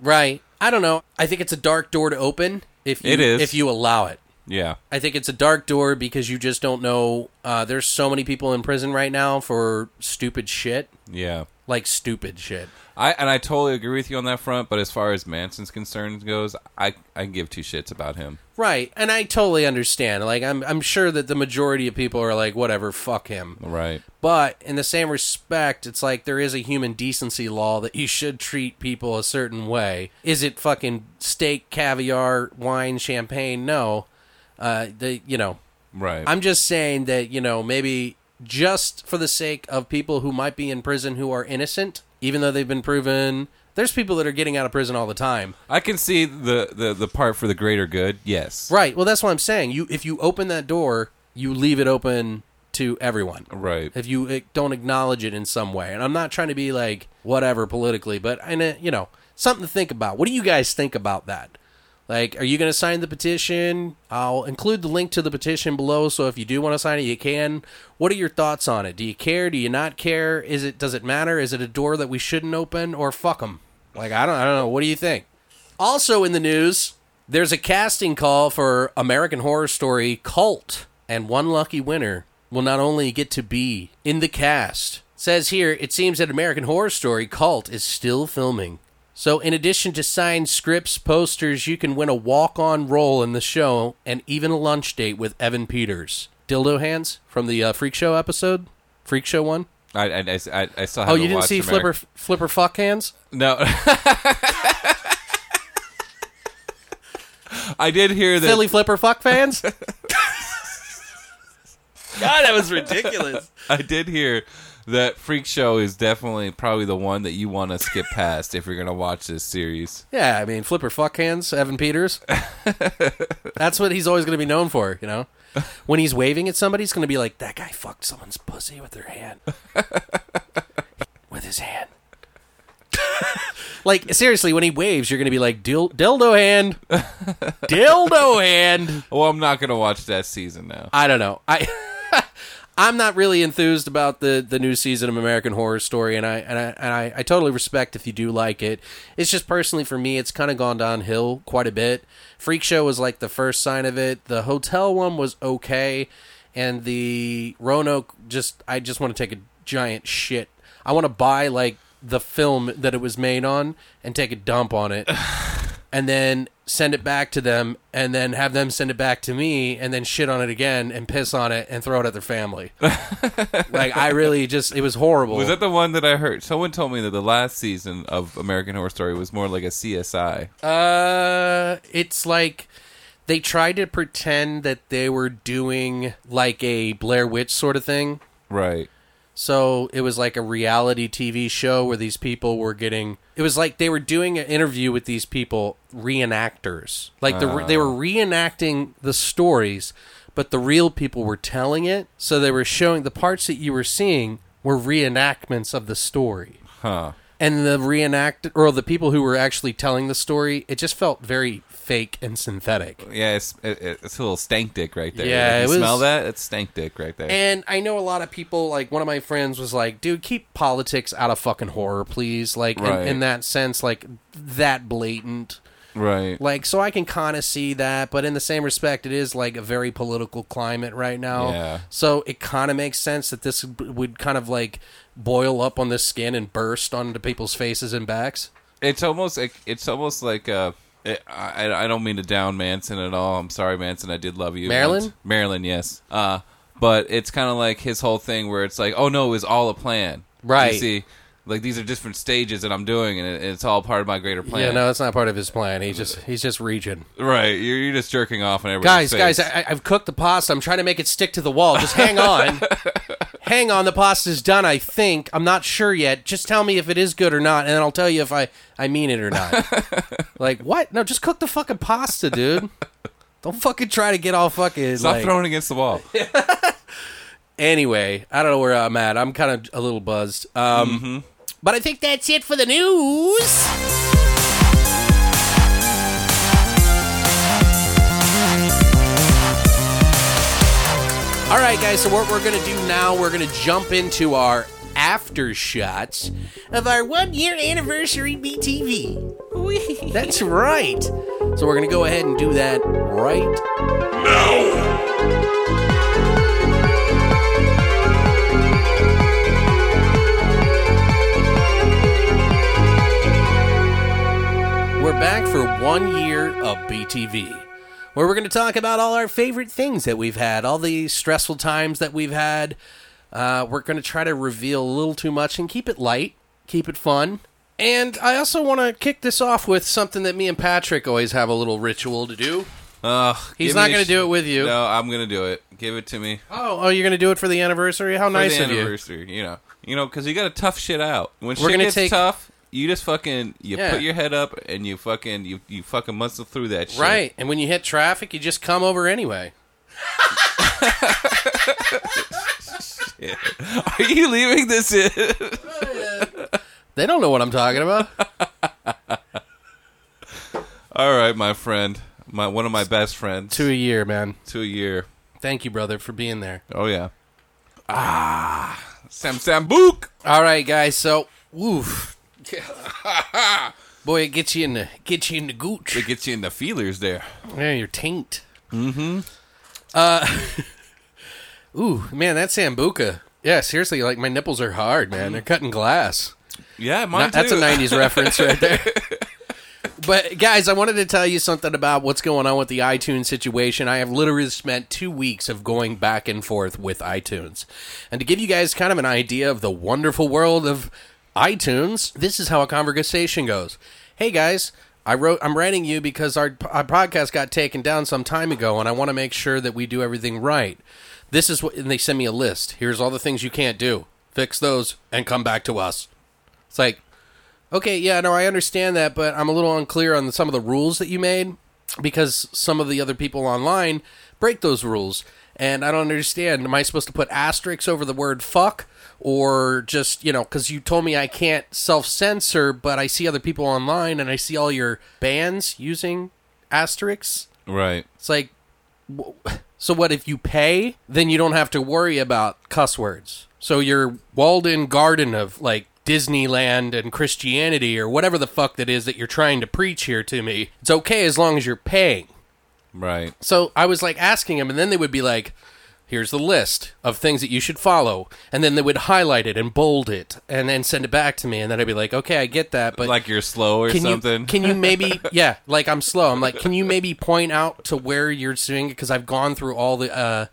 Speaker 2: Right. I don't know. I think it's a dark door to open if you,
Speaker 3: It is.
Speaker 2: if you allow it.
Speaker 3: Yeah.
Speaker 2: I think it's a dark door because you just don't know. Uh, there's so many people in prison right now for stupid shit,
Speaker 3: Yeah.
Speaker 2: like stupid shit.
Speaker 3: I and I totally agree with you on that front. But as far as Manson's concerned goes, I I give two shits about him.
Speaker 2: Right, and I totally understand. Like, I'm I'm sure that the majority of people are like, whatever, fuck him.
Speaker 3: Right.
Speaker 2: But in the same respect, it's like there is a human decency law that you should treat people a certain way. Is it fucking steak, caviar, wine, champagne? No, uh, the you know,
Speaker 3: Right.
Speaker 2: I'm just saying that you know maybe just for the sake of people who might be in prison who are innocent, even though they've been proven. There's people that are getting out of prison all the time.
Speaker 3: I can see the, the the part for the greater good. Yes.
Speaker 2: Right. Well, that's what I'm saying. You if you open that door, you leave it open to everyone.
Speaker 3: Right.
Speaker 2: If you eh, don't acknowledge it in some way, and I'm not trying to be like whatever politically, but I know- you know something to think about. What do you guys think about that? Like, are you going to sign the petition? I'll include the link to the petition below. So if you do want to sign it, you can. What are your thoughts on it? Do you care? Do you not care? Is it does it matter? Is it a door that we shouldn't open or fuck them? Like I don't I don't know. What do you think? Also in the news, there's a casting call for American Horror Story Cult, and one lucky winner will not only get to be in the cast. It says here, it seems that American Horror Story Cult is still filming. So, in addition to signed scripts, posters, you can win a walk on role in the show and even a lunch date with Evan Peters. Dildo Hands from the uh, Freak Show episode? Freak Show one?
Speaker 3: I I, I, I- I still.
Speaker 2: Oh,
Speaker 3: haven't
Speaker 2: you didn't
Speaker 3: watched
Speaker 2: see
Speaker 3: American-
Speaker 2: Flipper, Flipper Fuck Hands?
Speaker 3: No. I did hear that.
Speaker 2: Philly Flipper Fuck fans? God, that was ridiculous.
Speaker 3: I did hear that Freak Show is definitely probably the one that you want to skip past if you're gonna watch this series.
Speaker 2: Yeah, I mean, flipper fuck hands, Evan Peters. That's what he's always going to be known for, you know? When he's waving at somebody, he's going to be like, that guy fucked someone's pussy with their hand. with his hand. like, seriously, when he waves, you're going to be like, "Dil- dildo hand. dildo hand.
Speaker 3: Well, I'm not gonna watch that season now.
Speaker 2: I don't know. I I'm not really enthused about the, the new season of American Horror Story, and I and I and I, I totally respect if you do like it. It's just personally for me, it's kind of gone downhill quite a bit. Freak Show was like the first sign of it. The hotel one was okay, and the Roanoke just I just want to take a giant shit. I want to buy like the film that it was made on and take a dump on it and then send it back to them and then have them send it back to me and then shit on it again and piss on it and throw it at their family. like I really just it was horrible.
Speaker 3: Was that the one that I heard? Someone told me that the last season of American Horror Story was more like a CSI.
Speaker 2: uh it's like they tried to pretend that they were doing like a Blair Witch sort of thing.
Speaker 3: Right.
Speaker 2: So it was like a reality TV show where these people were getting. It was like they were doing an interview with these people, reenactors. Like the, they were reenacting the stories, but the real people were telling it. So they were showing the parts that you were seeing were reenactments of the story.
Speaker 3: Huh.
Speaker 2: And the reenact or the people who were actually telling the story, it just felt very fake and synthetic.
Speaker 3: Yeah, it's, it, it's a little stank dick right there.
Speaker 2: Yeah,
Speaker 3: Like,
Speaker 2: it
Speaker 3: you
Speaker 2: was-
Speaker 3: smell that? It's stank dick right there.
Speaker 2: And I know a lot of people, like one of my friends was like, dude, keep politics out of fucking horror, please. Like,
Speaker 3: Right.
Speaker 2: in, in that sense, like, that blatant.
Speaker 3: right.
Speaker 2: Like, so I can kind of see that, but in the same respect, it is like a very political climate right now.
Speaker 3: Yeah.
Speaker 2: So it kind of makes sense that this b- would kind of like boil up on the skin and burst onto people's faces and backs.
Speaker 3: It's almost like it's almost like uh, it, I I don't mean to down Manson at all. I'm sorry, Manson. I did love you,
Speaker 2: Marilyn?
Speaker 3: once. Marilyn, yes. Uh, but it's kind of like his whole thing where it's like, oh no, it was all a plan,
Speaker 2: Right.
Speaker 3: You see, like these are different stages that I'm doing, and it, it's all part of my greater
Speaker 2: Yeah,
Speaker 3: plan.
Speaker 2: no, that's not part of his plan. He's just he's just reaching.
Speaker 3: Right, you're, you're just jerking off on everybody's
Speaker 2: Guys, guys, I,
Speaker 3: face.
Speaker 2: I've cooked the pasta. I'm trying to make it stick to the wall. Just hang on. hang on. The pasta's done, I think. I'm not sure yet. Just tell me if it is good or not, and then I'll tell you if I, I mean it or not. like, what? No, just cook the fucking pasta, dude. Don't fucking try to get all fucking.
Speaker 3: Stop
Speaker 2: like-
Speaker 3: throwing against the wall.
Speaker 2: Anyway, I don't know where I'm at. I'm kind of a little buzzed. Um, But I think that's it for the news. All right, guys. So what we're gonna do now? We're gonna jump into our after shots of our one year anniversary BTV. That's right. So we're gonna go ahead and do that right
Speaker 1: Now,
Speaker 2: We're back for one year of BTV, where we're going to talk about all our favorite things that we've had, all the stressful times that we've had. Uh, we're going to try to reveal a little too much and keep it light, keep it fun. And I also want to kick this off with something that me and Patrick always have a little ritual to do.
Speaker 3: Ugh,
Speaker 2: He's
Speaker 3: give
Speaker 2: not
Speaker 3: me
Speaker 2: going
Speaker 3: sh-
Speaker 2: to do it with you.
Speaker 3: No, I'm gonna do it. Give it to me.
Speaker 2: Oh, oh, you're going to do it for the anniversary? How
Speaker 3: for
Speaker 2: nice
Speaker 3: the
Speaker 2: of you.
Speaker 3: anniversary. You know, you know, because you got to tough shit out. When
Speaker 2: We're
Speaker 3: shit
Speaker 2: gonna
Speaker 3: gets
Speaker 2: take-
Speaker 3: tough, you just fucking you
Speaker 2: Yeah.
Speaker 3: put your head up and you fucking you you fucking muscle through that shit.
Speaker 2: Right. And when you hit traffic, you just come over anyway.
Speaker 3: Are you leaving this in?
Speaker 2: They don't know what I'm talking about.
Speaker 3: All right, my friend, my one of my best friends
Speaker 2: to a year, man.
Speaker 3: to a year.
Speaker 2: Thank you, brother, for being there.
Speaker 3: Oh yeah. Ah, Sam Sambook.
Speaker 2: All right, guys. So, woof. Boy, it gets you in the gets you in the gooch.
Speaker 3: It gets you in the feelers there.
Speaker 2: Yeah, your taint. Mm-hmm. Uh, ooh, man, that sambuca. Yeah, seriously, like my nipples are hard, man. They're cutting glass.
Speaker 3: Yeah, mine
Speaker 2: Not- that's a
Speaker 3: too.
Speaker 2: '90s reference right there. But guys, I wanted to tell you something about what's going on with the iTunes situation. I have literally spent two weeks of going back and forth with iTunes, and to give you guys kind of an idea of the wonderful world of iTunes, this is how a conversation goes. Hey guys. I wrote. I'm writing you because our, our podcast got taken down some time ago, and I want to make sure that we do everything right. This is what, and they send me a list. Here's all the things you can't do. Fix those and come back to us. It's like, okay, yeah, no, I understand that, but I'm a little unclear on some of the rules that you made because some of the other people online break those rules. And I don't understand. Am I supposed to put asterisks over the word fuck? Or just, you know, because you told me I can't self censor, but I see other people online and I see all your bands using asterisks.
Speaker 3: Right.
Speaker 2: It's like, wh- So what if you pay, then you don't have to worry about cuss words. So your Walden garden of like Disneyland and Christianity or whatever the fuck that is that you're trying to preach here to me. It's okay as long as you're paying.
Speaker 3: Right.
Speaker 2: So I was like asking him and then they would be like here's the list of things that you should follow and then they would highlight it and bold it and then send it back to me and then I'd be like okay, I get that but
Speaker 3: like you're slow or
Speaker 2: can
Speaker 3: something.
Speaker 2: You, can you maybe yeah, like I'm slow. I'm like, can you maybe point out to where you're seeing it? Because I've gone through all the uh,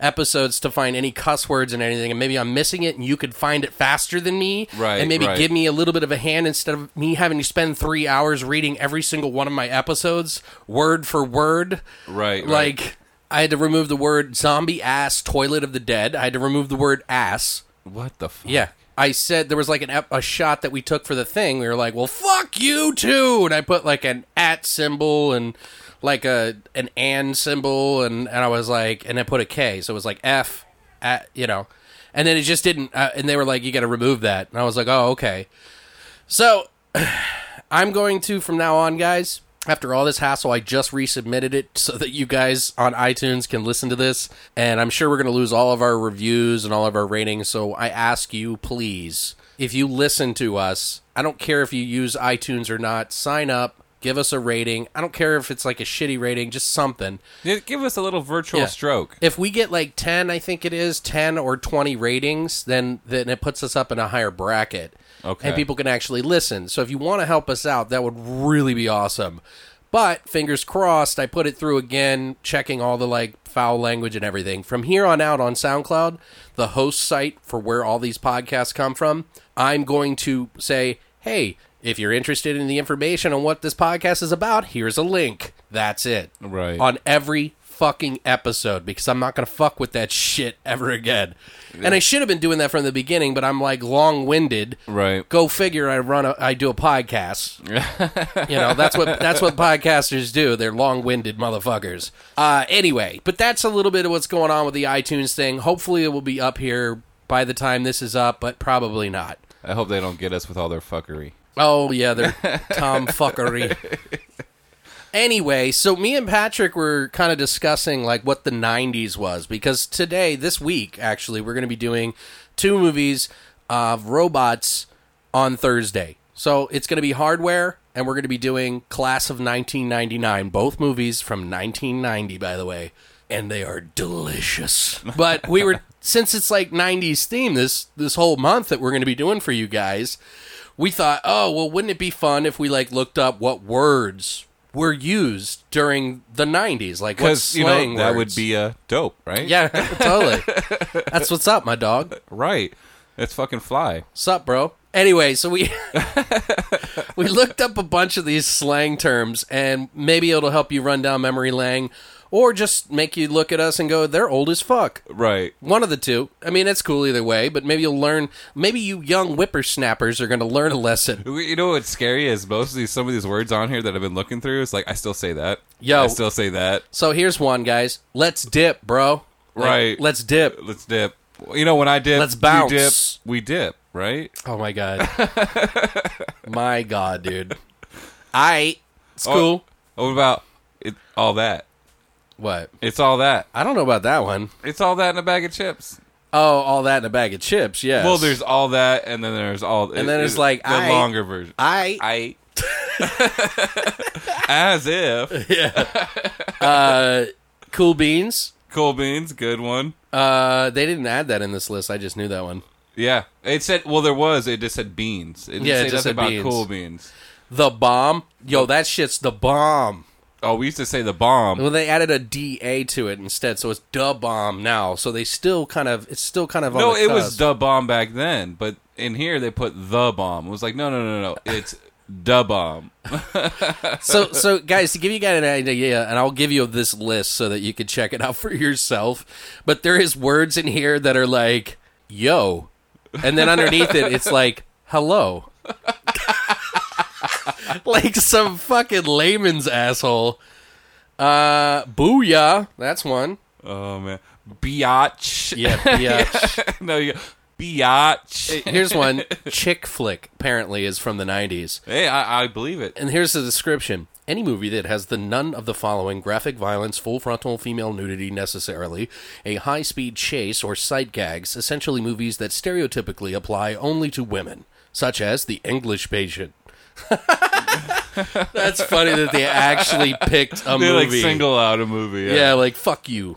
Speaker 2: episodes to find any cuss words and anything, and maybe I'm missing it, and you could find it faster than me,
Speaker 3: Right,
Speaker 2: And maybe
Speaker 3: right.
Speaker 2: give me a little bit of a hand instead of me having to spend three hours reading every single one of my episodes word for word,
Speaker 3: Right, right.
Speaker 2: Like I had to remove the word zombie ass toilet of the dead. I had to remove the word ass.
Speaker 3: what the fuck?
Speaker 2: Yeah. I said there was like an ep- a shot that we took for the thing. We were like, "Well, fuck you too," and I put like an at symbol and like a an and symbol, and and I was like, and I put a K, so it was like F, at, you know, and then it just didn't. Uh, and they were like, "You got to remove that," and I was like, "Oh, okay." So I'm going to from now on, guys. After all this hassle, I just resubmitted it so that you guys on iTunes can listen to this. And I'm sure we're going to lose all of our reviews and all of our ratings. So I ask you, please, if you listen to us, I don't care if you use iTunes or not, sign up, give us a rating. I don't care if it's like a shitty rating, just something.
Speaker 3: Yeah, Give us a little virtual
Speaker 2: Yeah.
Speaker 3: stroke.
Speaker 2: If we get like 10, I think it is 10 or 20 ratings, then then it puts us up in a higher bracket.
Speaker 3: Okay.
Speaker 2: And people can actually listen. So if you want to help us out, that would really be awesome. But fingers crossed, I put it through again, checking all the like foul language and everything. From here on out on SoundCloud, the host site for where all these podcasts come from, I'm going to say, hey, if you're interested in the information on what this podcast is about, here's a link. That's it
Speaker 3: Right.
Speaker 2: on every fucking episode because I'm not going to fuck with that shit ever again. And I should have been doing that from the beginning, but I'm like long-winded.
Speaker 3: Right.
Speaker 2: Go figure I run a I do a podcast. you know, that's what that's what podcasters do. They're long-winded motherfuckers. Uh anyway, but that's a little bit of what's going on with the iTunes thing. Hopefully it will be up here by the time this is up, but probably not.
Speaker 3: I hope they don't get us with all their fuckery.
Speaker 2: Oh yeah, they're Tom fuckery. Anyway, so me and Patrick were kind of discussing like what the '90s was because today, this week, actually, we're going to be doing two movies of robots on Thursday. So it's going to be Hardware, and we're going to be doing Class of 1999, both movies from 1990, by the way, and they are delicious. But we were since it's like '90s theme this this whole month that we're going to be doing for you guys we thought, oh well, wouldn't it be fun if we like looked up what words were used during the '90s? Like what
Speaker 3: Because you know
Speaker 2: slang
Speaker 3: that would
Speaker 2: words?
Speaker 3: be uh, dope, right?
Speaker 2: yeah, totally. That's what's up, my dog.
Speaker 3: Right. It's fucking fly.
Speaker 2: What's up, bro? Anyway, so we we looked up a bunch of these slang terms, and maybe it'll help you run down memory lane, or just make you look at us and go, "They're old as fuck."
Speaker 3: Right.
Speaker 2: One of the two. I mean, it's cool either way, but maybe you'll learn. Maybe you young whippersnappers are going to learn a lesson.
Speaker 3: You know what's scary is most of these some of these words on here that I've been looking through. It's like I still say that.
Speaker 2: Yo.
Speaker 3: I still say that.
Speaker 2: So here's one, guys. Let's dip, bro. Like,
Speaker 3: Right.
Speaker 2: let's dip.
Speaker 3: Let's dip. You know when I dip,
Speaker 2: Let's
Speaker 3: you
Speaker 2: bounce.
Speaker 3: dip, we dip. Right.
Speaker 2: Oh my god. my god, dude. I. It's
Speaker 3: Oh,
Speaker 2: cool.
Speaker 3: What about it, all that?
Speaker 2: What?
Speaker 3: It's all that.
Speaker 2: I don't know about that one.
Speaker 3: It's all that in a bag of chips.
Speaker 2: Oh, all that in a bag of chips. Yes.
Speaker 3: Well, there's all that, and then there's all,
Speaker 2: And then
Speaker 3: it-
Speaker 2: it's like,
Speaker 3: the
Speaker 2: I-
Speaker 3: longer version.
Speaker 2: I.
Speaker 3: I. As if
Speaker 2: Uh, cool beans.
Speaker 3: cool beans, good one.
Speaker 2: Uh, they didn't add that in this list. I just knew that one.
Speaker 3: Yeah, it said. Well, there was. It just said beans. It didn't
Speaker 2: Yeah, it
Speaker 3: say
Speaker 2: just
Speaker 3: nothing
Speaker 2: said
Speaker 3: about
Speaker 2: beans.
Speaker 3: cool beans.
Speaker 2: The bomb. Yo, that shit's the bomb.
Speaker 3: Oh, we used to say the bomb.
Speaker 2: Well, they added a da to it instead, so it's da bomb now. So they still kind of. It's still kind of. on
Speaker 3: No,
Speaker 2: the
Speaker 3: it was
Speaker 2: cusp.
Speaker 3: the bomb back then, but in here they put the bomb. It was like, no, no, no, no. It's the bomb.
Speaker 2: so so guys to give you guys an idea and i'll give you this list so that you can check it out for yourself but there is words in here that are like yo and then underneath it it's like hello like some fucking layman's asshole uh booyah that's one
Speaker 3: Oh man, biatch.
Speaker 2: yeah yeah
Speaker 3: no, you biatch.
Speaker 2: here's one chick flick apparently is from the 90s
Speaker 3: Hey, I, I believe it.
Speaker 2: and here's the description Any movie that has the none of the following graphic violence, full frontal female nudity necessarily, a high speed chase, or sight gags, essentially movies that stereotypically apply only to women, such as The English Patient. That's funny that they actually picked a
Speaker 3: They
Speaker 2: movie.
Speaker 3: like single out a movie.
Speaker 2: Yeah, like fuck you.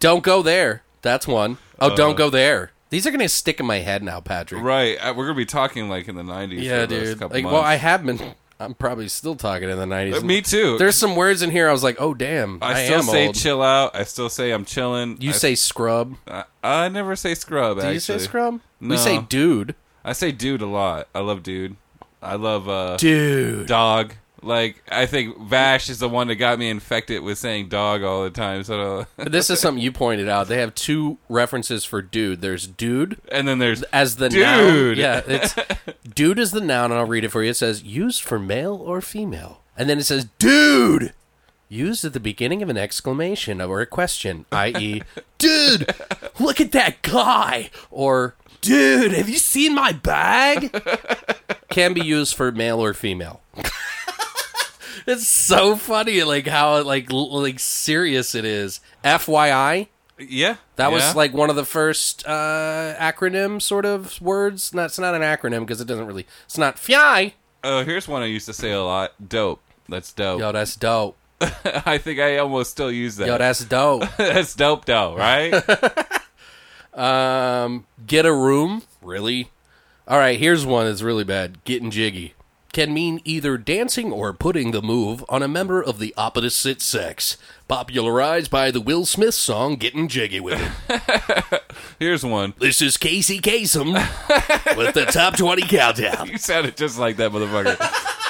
Speaker 2: don't go there. That's one. Oh,
Speaker 3: Uh.
Speaker 2: don't go there. These are gonna stick in my head now, Patrick.
Speaker 3: Right. Uh, We're gonna be talking like in the nineties.
Speaker 2: Yeah,
Speaker 3: for the next
Speaker 2: dude.
Speaker 3: couple
Speaker 2: Like,
Speaker 3: months.
Speaker 2: well, I have been. I'm probably still talking in the '90s.
Speaker 3: Uh, me too.
Speaker 2: There's some words in here. I was like, oh damn, I,
Speaker 3: I, still
Speaker 2: am
Speaker 3: say
Speaker 2: old.
Speaker 3: chill out. I still say I'm chilling.
Speaker 2: you
Speaker 3: I,
Speaker 2: say scrub.
Speaker 3: I, I never say scrub.
Speaker 2: Do you say
Speaker 3: actually.
Speaker 2: scrub?
Speaker 3: No.
Speaker 2: We say dude.
Speaker 3: I say dude a lot. I love dude. I love uh,
Speaker 2: Dude.
Speaker 3: dog. Like I think Vash is the one that got me infected with saying dog all the time. So
Speaker 2: this is something you pointed out. They have two references for dude. There's dude
Speaker 3: and then there's
Speaker 2: as the noun.
Speaker 3: Dude.
Speaker 2: Yeah, it's dude is the noun, and I'll read it for you. It says used for male or female, and then it says dude, used at the beginning of an exclamation or a question, i.e., dude, look at that guy, or dude, have you seen my bag? Can be used for male or female. It's so funny, like how like l- like serious it is. FYI,
Speaker 3: yeah.
Speaker 2: that
Speaker 3: yeah.
Speaker 2: was like one of the first uh, acronym sort of words. Not it's not an acronym because it doesn't really. It's not FYI.
Speaker 3: Oh, here's one I used to say a lot. Dope. That's dope.
Speaker 2: Yo, that's dope.
Speaker 3: I think I almost still use that.
Speaker 2: Yo, that's dope.
Speaker 3: that's dope though, right?
Speaker 2: Um, get a room, really? All right, here's one that's really bad. Getting jiggy can mean either dancing or putting the move on a member of the opposite sex. Popularized by the Will Smith song "Getting Jiggy with It."
Speaker 3: here's one.
Speaker 2: This is Casey Kasem with the top twenty countdown.
Speaker 3: You sounded just like that motherfucker.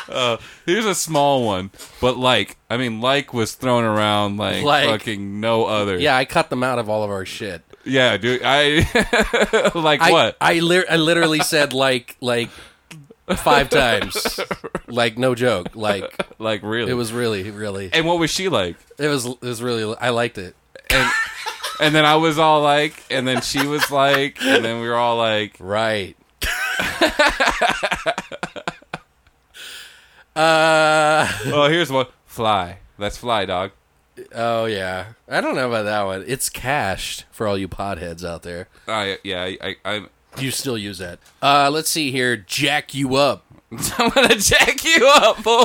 Speaker 3: Uh, here's a small one, but like, I mean, like was thrown around like,
Speaker 2: Like.
Speaker 3: fucking no other.
Speaker 2: Yeah, I cut them out of all of our shit.
Speaker 3: yeah, dude. I like
Speaker 2: I,
Speaker 3: what?
Speaker 2: I, lir- I literally said like like five times, like no joke. Like
Speaker 3: Like really?
Speaker 2: it was really really
Speaker 3: And what was she like?
Speaker 2: it was it was really I liked it.
Speaker 3: And and then I was all like, and then she was like, and then we were all like,
Speaker 2: Right. uh
Speaker 3: oh, here's one. Fly. That's fly, dog.
Speaker 2: oh yeah. I don't know about that one. It's cashed for all you podheads out there.
Speaker 3: I yeah. I, I I'm.
Speaker 2: You still use that. Uh let's see here. Jack you up.
Speaker 3: I'm gonna jack you up, boy.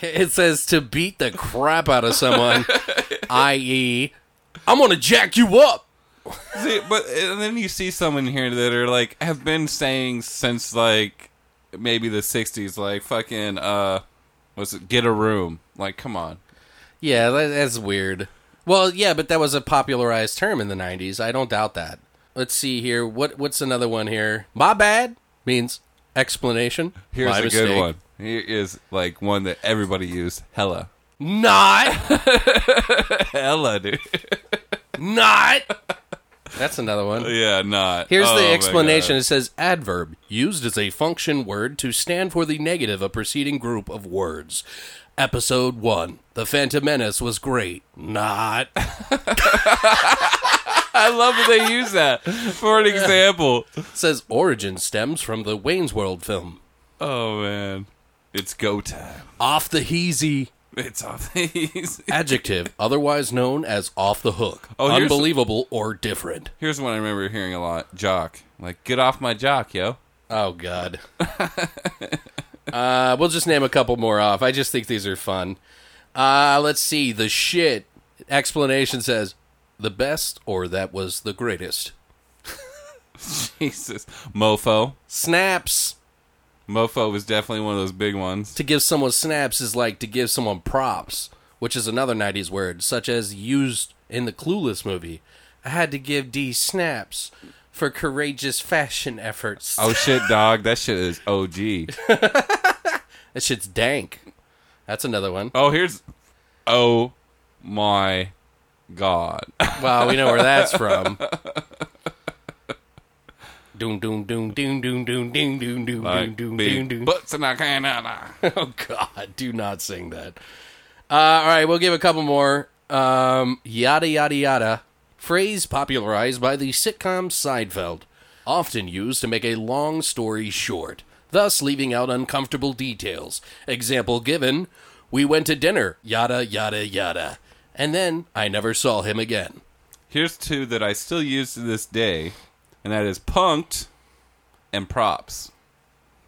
Speaker 2: It says to beat the crap out of someone, i.e., I'm gonna jack you up.
Speaker 3: See, but and then you see someone here that are like have been saying since like maybe the '60s, like fucking uh, was it get a room? Like, come on,
Speaker 2: Yeah, that, that's weird. Well, yeah, but that was a popularized term in the '90s. I don't doubt that. Let's see here. What what's another one here? My bad means explanation.
Speaker 3: here's
Speaker 2: My
Speaker 3: a good
Speaker 2: mistake.
Speaker 3: one. Here is like one that everybody used. Hella,
Speaker 2: Not
Speaker 3: hella, dude.
Speaker 2: not. That's another one.
Speaker 3: yeah, not.
Speaker 2: Here's
Speaker 3: Oh,
Speaker 2: the
Speaker 3: my
Speaker 2: explanation.
Speaker 3: God.
Speaker 2: It says adverb used as a function word to stand for the negative of preceding group of words. Episode one: The Phantom Menace was great. Not.
Speaker 3: I love that they use that for an example.
Speaker 2: says origin stems from the Wayne's World film.
Speaker 3: Oh man, it's go time.
Speaker 2: Off the heezy.
Speaker 3: It's off these.
Speaker 2: Adjective, otherwise known as off the hook,
Speaker 3: Oh, here's-
Speaker 2: unbelievable, or different.
Speaker 3: Here's one I remember hearing a lot. Jock, like get off my jock, yo.
Speaker 2: Oh, God. uh, we'll just name a couple more off. I just think these are fun. Uh, let's see. The shit. Explanation says the best or that was the greatest.
Speaker 3: Jesus, mofo.
Speaker 2: Snaps.
Speaker 3: Mofo was definitely one of those big ones.
Speaker 2: To give someone snaps is like to give someone props, which is another 90s word, such as used in the Clueless movie. I had to give D snaps for courageous fashion efforts.
Speaker 3: Oh shit, dog, that shit is OG.
Speaker 2: That shit's dank. That's another one.
Speaker 3: Oh, here's Oh my god.
Speaker 2: Wow, we know where that's from. Doom, doom, doom, doom, doom, doom, doom, doom, doom, doom,
Speaker 3: Like,
Speaker 2: doom, doom,
Speaker 3: big
Speaker 2: doom.
Speaker 3: butts and I can't.
Speaker 2: Oh God, do not sing that. Uh, all right, we'll give a couple more. Um, yada yada yada. Phrase popularized by the sitcom Seinfeld, often used to make a long story short. thus leaving out uncomfortable details. Example given We went to dinner, yada, yada, yada. And then I never saw him again.
Speaker 3: Here's two that I still use to this day, and that is punked and props.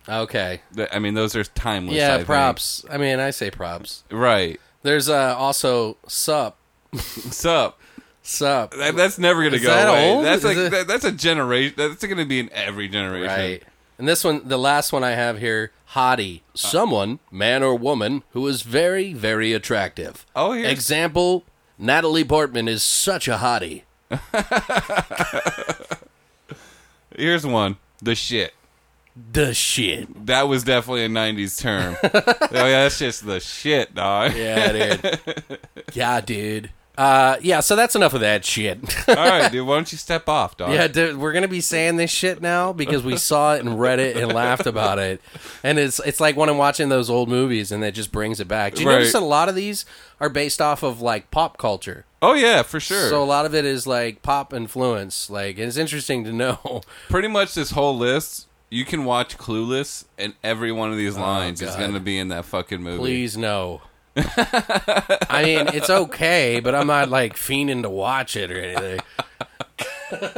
Speaker 2: Okay.
Speaker 3: Th- I mean, those are timeless. I
Speaker 2: Yeah,
Speaker 3: think.
Speaker 2: props. I mean, I say props.
Speaker 3: Right.
Speaker 2: There's uh, also sup,
Speaker 3: Sup.
Speaker 2: sup.
Speaker 3: That, that's never gonna
Speaker 2: Is
Speaker 3: go
Speaker 2: that
Speaker 3: away.
Speaker 2: old?
Speaker 3: That's
Speaker 2: Is
Speaker 3: like
Speaker 2: it-
Speaker 3: that, that's a generation. That's gonna be in every generation.
Speaker 2: Right. And this one, the last one I have here, hottie, someone, man or woman, who is very, very attractive.
Speaker 3: Oh, here's-
Speaker 2: example: Natalie Portman is such a hottie.
Speaker 3: Here's one. The shit.
Speaker 2: The shit.
Speaker 3: That was definitely a '90s term. oh yeah, that's just the shit, dog.
Speaker 2: Yeah, dude. yeah, dude. Uh, yeah. So that's enough of that shit.
Speaker 3: All right, dude. Why don't you step off, dog?
Speaker 2: yeah, dude, we're gonna be saying this shit now because we saw it and read it and laughed about it, and it's it's like when I'm watching those old movies and that just brings it back. Do you
Speaker 3: Right.
Speaker 2: notice a lot of these are based off of like pop culture?
Speaker 3: Oh yeah, for sure.
Speaker 2: So a lot of it is like pop influence. Like it's interesting to know.
Speaker 3: pretty much this whole list. You can watch Clueless, and every one of these lines is
Speaker 2: Oh, God.
Speaker 3: gonna be in that fucking movie.
Speaker 2: Please no. I mean, it's okay, but I'm not like fiending to watch it or anything.
Speaker 3: No,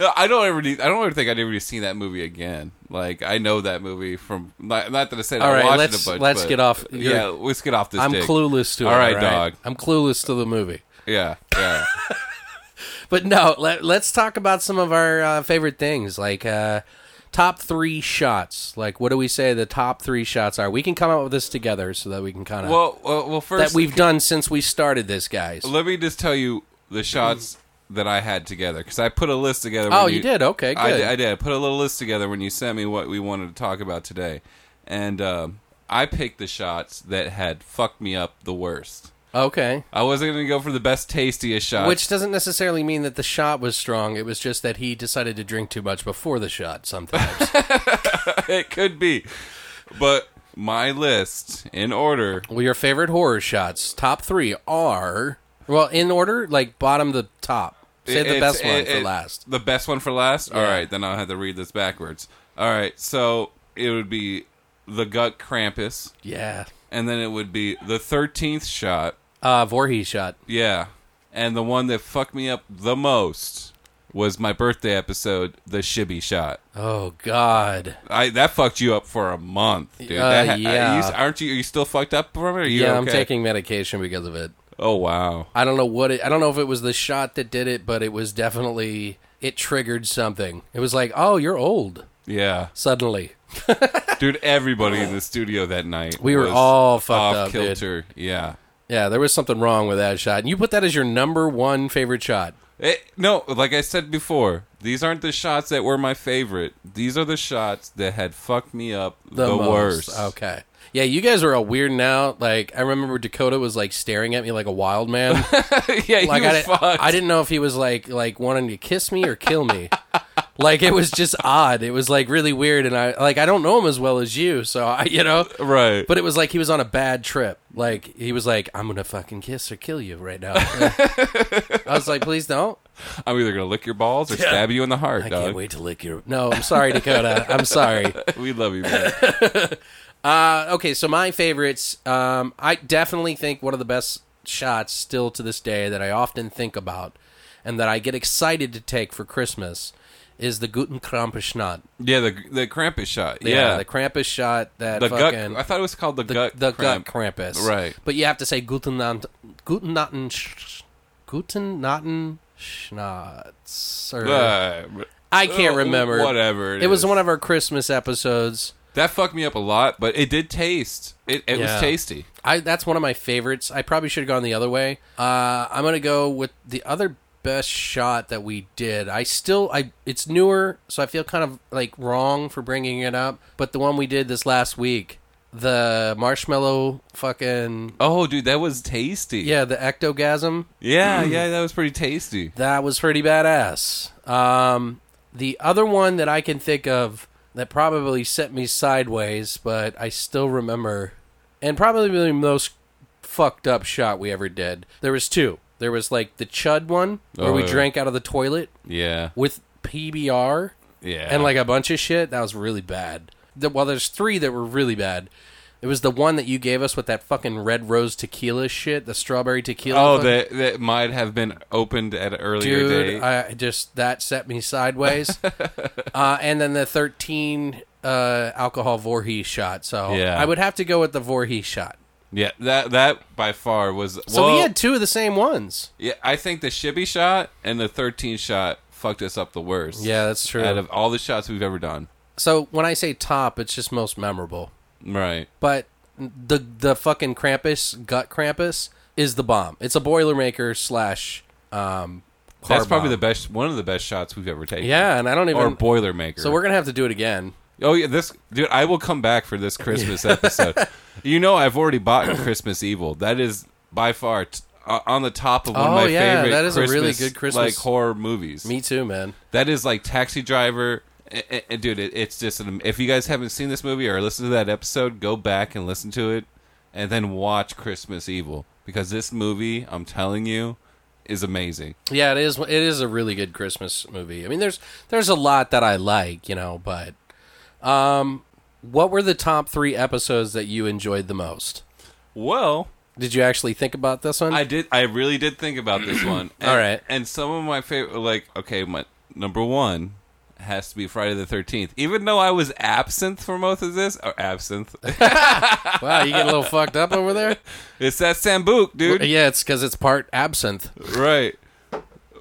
Speaker 3: Uh, I don't ever. need- I don't ever think I'd ever see that movie again. Like I know that movie from. Not, not that I said
Speaker 2: All
Speaker 3: I
Speaker 2: right,
Speaker 3: watched
Speaker 2: let's-
Speaker 3: it a bunch.
Speaker 2: let's
Speaker 3: but-
Speaker 2: get off-
Speaker 3: Yeah, let's get off this.
Speaker 2: I'm
Speaker 3: dick.
Speaker 2: clueless to it.
Speaker 3: All right, dog.
Speaker 2: I'm clueless to the movie.
Speaker 3: Yeah, yeah.
Speaker 2: But no, let, let's talk about some of our uh, favorite things, like uh, top three shots. Like, what do we say the top three shots are? We can come up with this together so that we can kind of
Speaker 3: well, well, well.
Speaker 2: that
Speaker 3: First,
Speaker 2: we've done since we started this, guys.
Speaker 3: let me just tell you the shots that I had together because I put a list together. when
Speaker 2: Oh, you did? Okay,
Speaker 3: I,
Speaker 2: good.
Speaker 3: did- I did. I put a little list together when you sent me what we wanted to talk about today, and um, I picked the shots that had fucked me up the worst.
Speaker 2: Okay,
Speaker 3: I wasn't gonna go for the best tastiest shot.
Speaker 2: which doesn't necessarily mean that the shot was strong. It was just that he decided to drink too much before the shot. Sometimes
Speaker 3: it could be. But my list in order.
Speaker 2: Well, your favorite horror shots, top three are well in order, like bottom to top. Say the
Speaker 3: It's-
Speaker 2: best one
Speaker 3: it-
Speaker 2: for
Speaker 3: it-
Speaker 2: last.
Speaker 3: The best one for last? All right, then I'll have to read this backwards. All right, so it would be the gut Krampus,
Speaker 2: Yeah,
Speaker 3: and then it would be the 13th shot.
Speaker 2: uh, Voorhees shot.
Speaker 3: Yeah. And the one that fucked me up the most was my birthday episode, the shibby shot.
Speaker 2: Oh God.
Speaker 3: I that fucked you up for a month, dude.
Speaker 2: Uh,
Speaker 3: That ha-
Speaker 2: yeah.
Speaker 3: are you, aren't you? Are you still fucked up from it? Are you
Speaker 2: yeah, I'm
Speaker 3: okay?
Speaker 2: taking medication because of it.
Speaker 3: Oh wow.
Speaker 2: I don't know what it. I don't know if it was the shot that did it, but it was definitely it triggered something. It was like, oh, you're old
Speaker 3: Yeah.
Speaker 2: suddenly.
Speaker 3: dude everybody in the studio that night
Speaker 2: We were
Speaker 3: was
Speaker 2: all fucked
Speaker 3: off
Speaker 2: up, dude.
Speaker 3: kilter yeah
Speaker 2: Yeah, there was something wrong with that shot, and you put that as your number one favorite shot.
Speaker 3: It- no like i said before these aren't the shots that were my favorite these are the shots that had fucked me up the,
Speaker 2: most.
Speaker 3: worst
Speaker 2: Okay. Yeah, you guys are all weird now. Like I remember Dakota was like staring at me like a wild man.
Speaker 3: yeah
Speaker 2: Like
Speaker 3: you
Speaker 2: I,
Speaker 3: was
Speaker 2: didn't,
Speaker 3: fucked.
Speaker 2: I didn't know if he was like like wanting to kiss me or kill me. like it was just odd. It was like really weird, and I like I don't know him as well as you, so I you know.
Speaker 3: right
Speaker 2: But it was like he was on a bad trip. Like he was like, "I'm gonna fucking kiss or kill you right now." I was like, "Please don't."
Speaker 3: i'm either gonna lick your balls or stab you in the heart
Speaker 2: I
Speaker 3: dog
Speaker 2: can't wait to lick your. No, I'm sorry, Dakota. I'm sorry.
Speaker 3: we love you man
Speaker 2: Uh, okay, so my favorites. Um, I definitely think one of the best shots still to this day that I often think about and that I get excited to take for Christmas is the Guten Krampeschnot.
Speaker 3: yeah the the krampus shot yeah,
Speaker 2: the Krampus shot that
Speaker 3: the,
Speaker 2: fucking
Speaker 3: gut i thought it was called the,
Speaker 2: the,
Speaker 3: gut
Speaker 2: the
Speaker 3: Kramp-
Speaker 2: gut Krampus,
Speaker 3: Right.
Speaker 2: But you have to say Guten Nacht- Guten Nachten Sch- Guten Nachten Schnatz. Or,
Speaker 3: Uh,
Speaker 2: I can't
Speaker 3: uh,
Speaker 2: remember.
Speaker 3: whatever
Speaker 2: It,
Speaker 3: it
Speaker 2: was
Speaker 3: is.
Speaker 2: one of our Christmas episodes.
Speaker 3: that fucked me up a lot but it did taste it, it
Speaker 2: Yeah.
Speaker 3: was tasty
Speaker 2: I that's one of my favorites. I probably should have gone the other way. Uh, I'm gonna go with the other best shot that we did. I still I it's newer, so I feel kind of like wrong for bringing it up. But the one we did this last week, the marshmallow fucking
Speaker 3: oh dude that was tasty
Speaker 2: yeah, Mm. the ectogasm
Speaker 3: yeah yeah that was pretty tasty
Speaker 2: that was pretty badass. Um, the other one that I can think of that probably sent me sideways, but I still remember, and probably the most fucked up shot we ever did. There was two. There was like the chud one where
Speaker 3: Oh,
Speaker 2: we
Speaker 3: yeah.
Speaker 2: drank out of the toilet
Speaker 3: yeah
Speaker 2: with PBR
Speaker 3: Yeah.
Speaker 2: and like a bunch of shit. That was really bad. the, well, there's three that were really bad. It was the one that you gave us with that fucking red rose tequila shit, the strawberry tequila.
Speaker 3: Oh,
Speaker 2: fuck-
Speaker 3: that that might have been opened at an earlier
Speaker 2: dude,
Speaker 3: date.
Speaker 2: I just that set me sideways. uh, and then the thirteen uh, alcohol Voorhees shot. So
Speaker 3: Yeah.
Speaker 2: I would have to go with the Voorhees shot.
Speaker 3: yeah, that that by far was.
Speaker 2: So
Speaker 3: well,
Speaker 2: we had two of the same ones.
Speaker 3: yeah, I think the shibby shot and the thirteen shot fucked us up the worst.
Speaker 2: Yeah, that's true.
Speaker 3: out of all the shots we've ever done.
Speaker 2: so when I say top, it's just most memorable.
Speaker 3: Right.
Speaker 2: But the the fucking Krampus gut Krampus is the bomb. It's a boilermaker slash. Um,
Speaker 3: That's probably the best, one of the best shots we've ever taken.
Speaker 2: yeah, and I don't even.
Speaker 3: or Boilermaker.
Speaker 2: so we're gonna have to do it again.
Speaker 3: Oh yeah, this dude, I will come back for this Christmas episode. You know, I've already bought Christmas Evil. That is by far t- uh, on the top of one
Speaker 2: Oh,
Speaker 3: of my
Speaker 2: yeah,
Speaker 3: favorite.
Speaker 2: that is a
Speaker 3: Christmas,
Speaker 2: really good Christmas-
Speaker 3: like horror movies.
Speaker 2: Me too, man.
Speaker 3: that is like Taxi Driver. A- a- a- dude, it, it's just an, if you guys haven't seen this movie or listened to that episode, go back and listen to it, and then watch Christmas Evil because this movie, I'm telling you, is amazing.
Speaker 2: Yeah, it is. It is a really good Christmas movie. I mean, there's there's a lot that I like, you know. But um, what were the top three episodes that you enjoyed the most?
Speaker 3: Well,
Speaker 2: Did you actually think about this one?
Speaker 3: I did. I really did think about this one. And,
Speaker 2: All right.
Speaker 3: And some of my favorite, like, okay, my number one has to be Friday the Thirteenth. Even though I was absinthe for most of this, or absinthe,
Speaker 2: wow, you get a little fucked up over there.
Speaker 3: it's that sambuc, dude.
Speaker 2: Yeah, it's because it's part absinthe.
Speaker 3: right.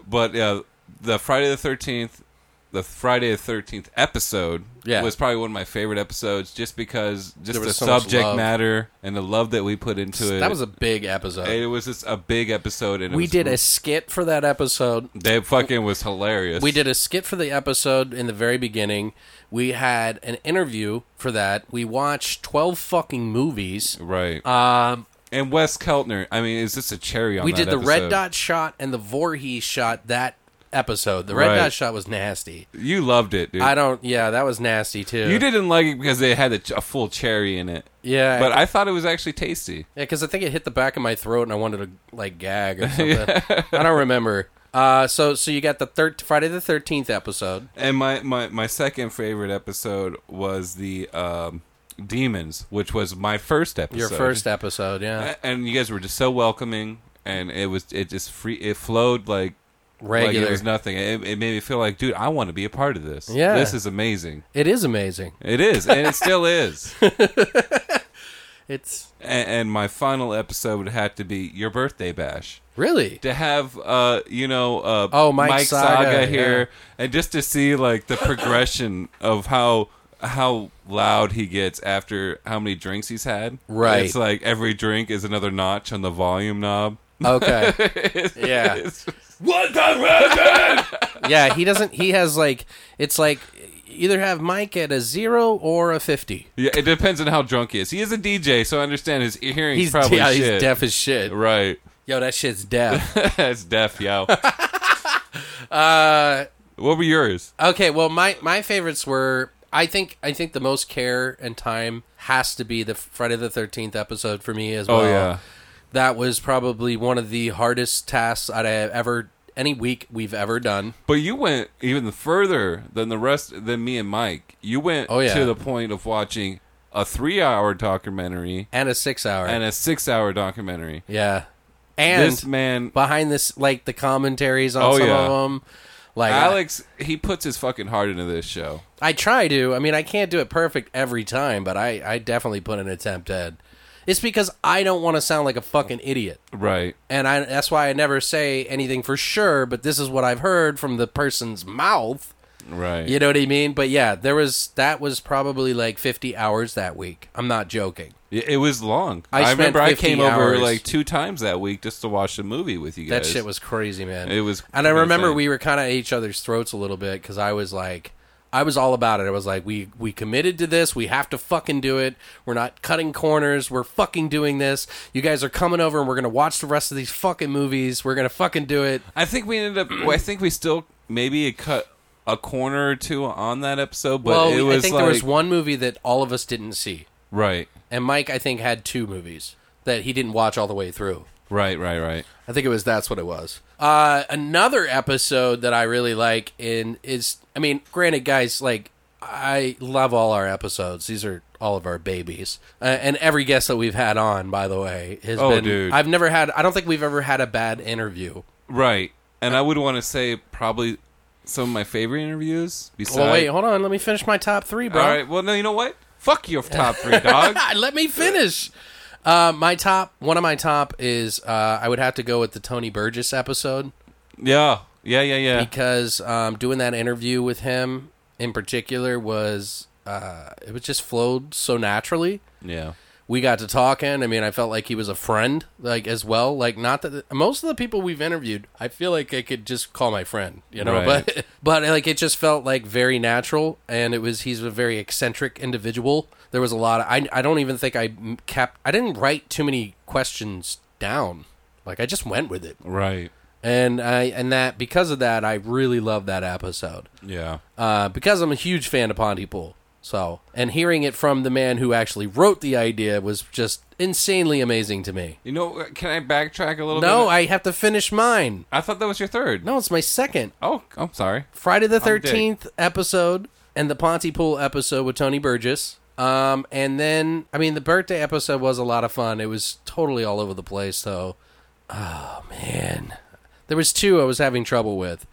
Speaker 3: But yeah, the Friday the Thirteenth, the Friday the Thirteenth episode
Speaker 2: Yeah.
Speaker 3: was probably one of my favorite episodes, just because just
Speaker 2: There was
Speaker 3: the
Speaker 2: so much
Speaker 3: subject
Speaker 2: love.
Speaker 3: matter and the love that we put into it.
Speaker 2: That was a big episode.
Speaker 3: it was just a big episode, and it
Speaker 2: we
Speaker 3: was-
Speaker 2: did a skit for that episode.
Speaker 3: That fucking was hilarious.
Speaker 2: We did a skit for the episode in the very beginning. We had an interview for that. We watched twelve fucking movies.
Speaker 3: Right. Um, and Wes Keltner. I mean, is this a cherry on?
Speaker 2: We
Speaker 3: that
Speaker 2: did the red
Speaker 3: episode?
Speaker 2: dot shot and the Voorhees shot that episode. The red
Speaker 3: Right.
Speaker 2: dot shot was nasty.
Speaker 3: You loved it, dude.
Speaker 2: I don't. Yeah, that was nasty too.
Speaker 3: you didn't like it because they had a, ch- a full cherry in it.
Speaker 2: Yeah.
Speaker 3: But I thought it was actually tasty.
Speaker 2: Yeah, because I think it hit the back of my throat and I wanted to like gag or something. I don't remember. Uh, so so you got the thir- Friday the Thirteenth episode.
Speaker 3: And my my my second favorite episode was the um, demons, which was my first episode.
Speaker 2: Your first e-, episode, yeah.
Speaker 3: A- And you guys were just so welcoming, and it was it just free. It flowed like. Like
Speaker 2: Regular.
Speaker 3: it was nothing. It, it made me feel like, dude, I want to be a part of this.
Speaker 2: Yeah.
Speaker 3: this is amazing.
Speaker 2: It is amazing.
Speaker 3: It is, and it still is.
Speaker 2: It's
Speaker 3: and, and my final episode would have to be your birthday bash
Speaker 2: really
Speaker 3: to have uh you know uh
Speaker 2: Oh, Mike Saga,
Speaker 3: here
Speaker 2: yeah.
Speaker 3: and just to see like the progression of how how loud he gets after how many drinks he's had
Speaker 2: Right.
Speaker 3: it's like every drink is another notch on the volume knob
Speaker 2: okay. yeah,
Speaker 3: what the
Speaker 2: yeah. He doesn't. He has like it's like either have Mike at a zero or a fifty.
Speaker 3: yeah it depends on how drunk he is he is a dj so i understand his hearing
Speaker 2: He's
Speaker 3: probably
Speaker 2: yeah,
Speaker 3: shit.
Speaker 2: he's deaf as shit.
Speaker 3: right
Speaker 2: Yo, that shit's deaf.
Speaker 3: that's deaf yo uh
Speaker 2: Uh,
Speaker 3: what were yours
Speaker 2: Okay, well my my favorites were I think I think the most care and time has to be the Friday the 13th episode for me as well.
Speaker 3: Oh, yeah.
Speaker 2: That was probably one of the hardest tasks I'd have ever any week we've ever done.
Speaker 3: But you went even further than the rest than me and Mike. You went
Speaker 2: Oh, yeah.
Speaker 3: to the point of watching a three-hour documentary
Speaker 2: And a 6 hour.
Speaker 3: and a six-hour documentary.
Speaker 2: yeah. And
Speaker 3: this man,
Speaker 2: behind this like the commentaries on
Speaker 3: Oh,
Speaker 2: some
Speaker 3: yeah.
Speaker 2: of them like
Speaker 3: Alex, he puts his fucking heart into this show.
Speaker 2: I try to. I mean, I can't do it perfect every time, but I I definitely put an attempt at. It's because I don't want to sound like a fucking idiot.
Speaker 3: Right.
Speaker 2: and I, that's why I never say anything for sure. But this is what I've heard from the person's mouth.
Speaker 3: Right.
Speaker 2: You know what I mean? But yeah, there was that was probably like fifty hours that week. I'm not joking.
Speaker 3: It it was long.
Speaker 2: I spent
Speaker 3: remember I
Speaker 2: 50
Speaker 3: came over
Speaker 2: hours.
Speaker 3: like two times that week just to watch a movie with you
Speaker 2: That
Speaker 3: guys.
Speaker 2: shit was crazy, man.
Speaker 3: It was
Speaker 2: and I remember
Speaker 3: insane.
Speaker 2: we were kind of at each other's throats a little bit because I was like, I was all about it. I was like, we we committed to this. We have to fucking do it. We're not cutting corners. We're fucking doing this. You guys are coming over, and we're gonna watch the rest of these fucking movies. We're gonna fucking do it.
Speaker 3: I think we ended up. well, I think we still maybe cut a corner or two on that episode, but
Speaker 2: well,
Speaker 3: it
Speaker 2: we-
Speaker 3: was
Speaker 2: I think
Speaker 3: like
Speaker 2: there was one movie that all of us didn't see.
Speaker 3: right,
Speaker 2: And Mike, I think, had two movies that he didn't watch all the way through.
Speaker 3: right, right, right.
Speaker 2: I think it was that's what it was. Uh, another episode that I really like in is, I mean, granted, guys, like I- I love all our episodes. These are all of our babies, uh, and every guest that we've had on, by the way, has
Speaker 3: Oh,
Speaker 2: been.
Speaker 3: dude.
Speaker 2: I've never had. I don't think we've ever had a bad interview.
Speaker 3: Right. And I would want to say probably some of my favorite interviews. Besides,
Speaker 2: Well, wait, hold on. Let me finish my top three, bro.
Speaker 3: all right. Well, no, you know what? Fuck your top three, dog.
Speaker 2: Let me finish. Uh, my top, one of my top is uh, I would have to go with the Tony Burgess episode
Speaker 3: yeah, yeah, yeah, yeah.
Speaker 2: because um, doing that interview with him in particular was uh, it was just flowed so naturally.
Speaker 3: yeah.
Speaker 2: we got to talking. I mean, I felt like he was a friend, like as well. Like not that most of the people we've interviewed, I feel like I could just call my friend, you know.
Speaker 3: Right.
Speaker 2: But but like it just felt like very natural, and it was he's a very eccentric individual. There was a lot of I I don't even think I m- kept I didn't write too many questions down. Like I just went with it,
Speaker 3: Right.
Speaker 2: and I and that because of that I really loved that episode
Speaker 3: Yeah.
Speaker 2: uh, because I'm a huge fan of Pontypool. So, and hearing it from the man who actually wrote the idea was just insanely amazing to me.
Speaker 3: You know, uh, can I backtrack a little bit?
Speaker 2: No, I have to finish mine.
Speaker 3: I thought that was your third.
Speaker 2: No, it's my second
Speaker 3: Oh, I'm sorry.
Speaker 2: Friday the
Speaker 3: I'm dick.
Speaker 2: Thirteenth episode and the Pontypool episode with Tony Burgess. Um, and then I mean the birthday episode was a lot of fun. It was totally all over the place though. Oh man, there was two I was having trouble with.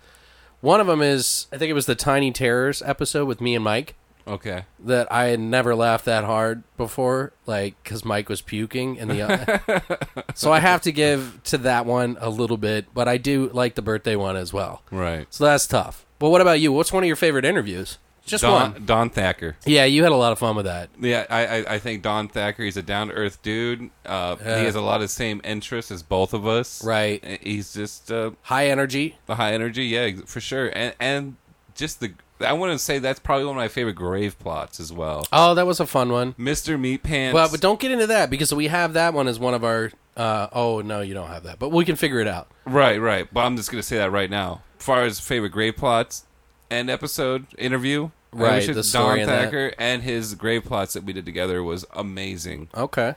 Speaker 2: One of them is I think it was the Tiny Terrors episode with me and Mike.
Speaker 3: Okay.
Speaker 2: that I had never laughed that hard before, like because Mike was puking and the. so I have to give to that one a little bit, but I do like the birthday one as well.
Speaker 3: Right.
Speaker 2: So that's tough. But what about you? What's one of your favorite interviews? Just
Speaker 3: Don
Speaker 2: one.
Speaker 3: Don Thacker.
Speaker 2: Yeah, you had a lot of fun with that.
Speaker 3: Yeah, I I, I think Don Thacker. He's a down to earth dude. Uh,
Speaker 2: Yeah.
Speaker 3: He has a lot of same interests as both of us.
Speaker 2: Right.
Speaker 3: And He's just uh,
Speaker 2: High energy.
Speaker 3: the high energy. Yeah, ex- for sure. And and just the I want to say that's probably one of my favorite grave plots as well.
Speaker 2: Oh, that was a fun one.
Speaker 3: Mister Meat Pants.
Speaker 2: Well, but don't get into that because we have that one as one of our. Uh, oh no, you don't have that, but we can figure it out.
Speaker 3: right, right. But I'm just gonna say that right now. As far as favorite grave plots and episode interview. I
Speaker 2: Right,
Speaker 3: wish it-
Speaker 2: the
Speaker 3: Don
Speaker 2: story in that.
Speaker 3: Thacker and his grave plots that we did together was amazing.
Speaker 2: Okay.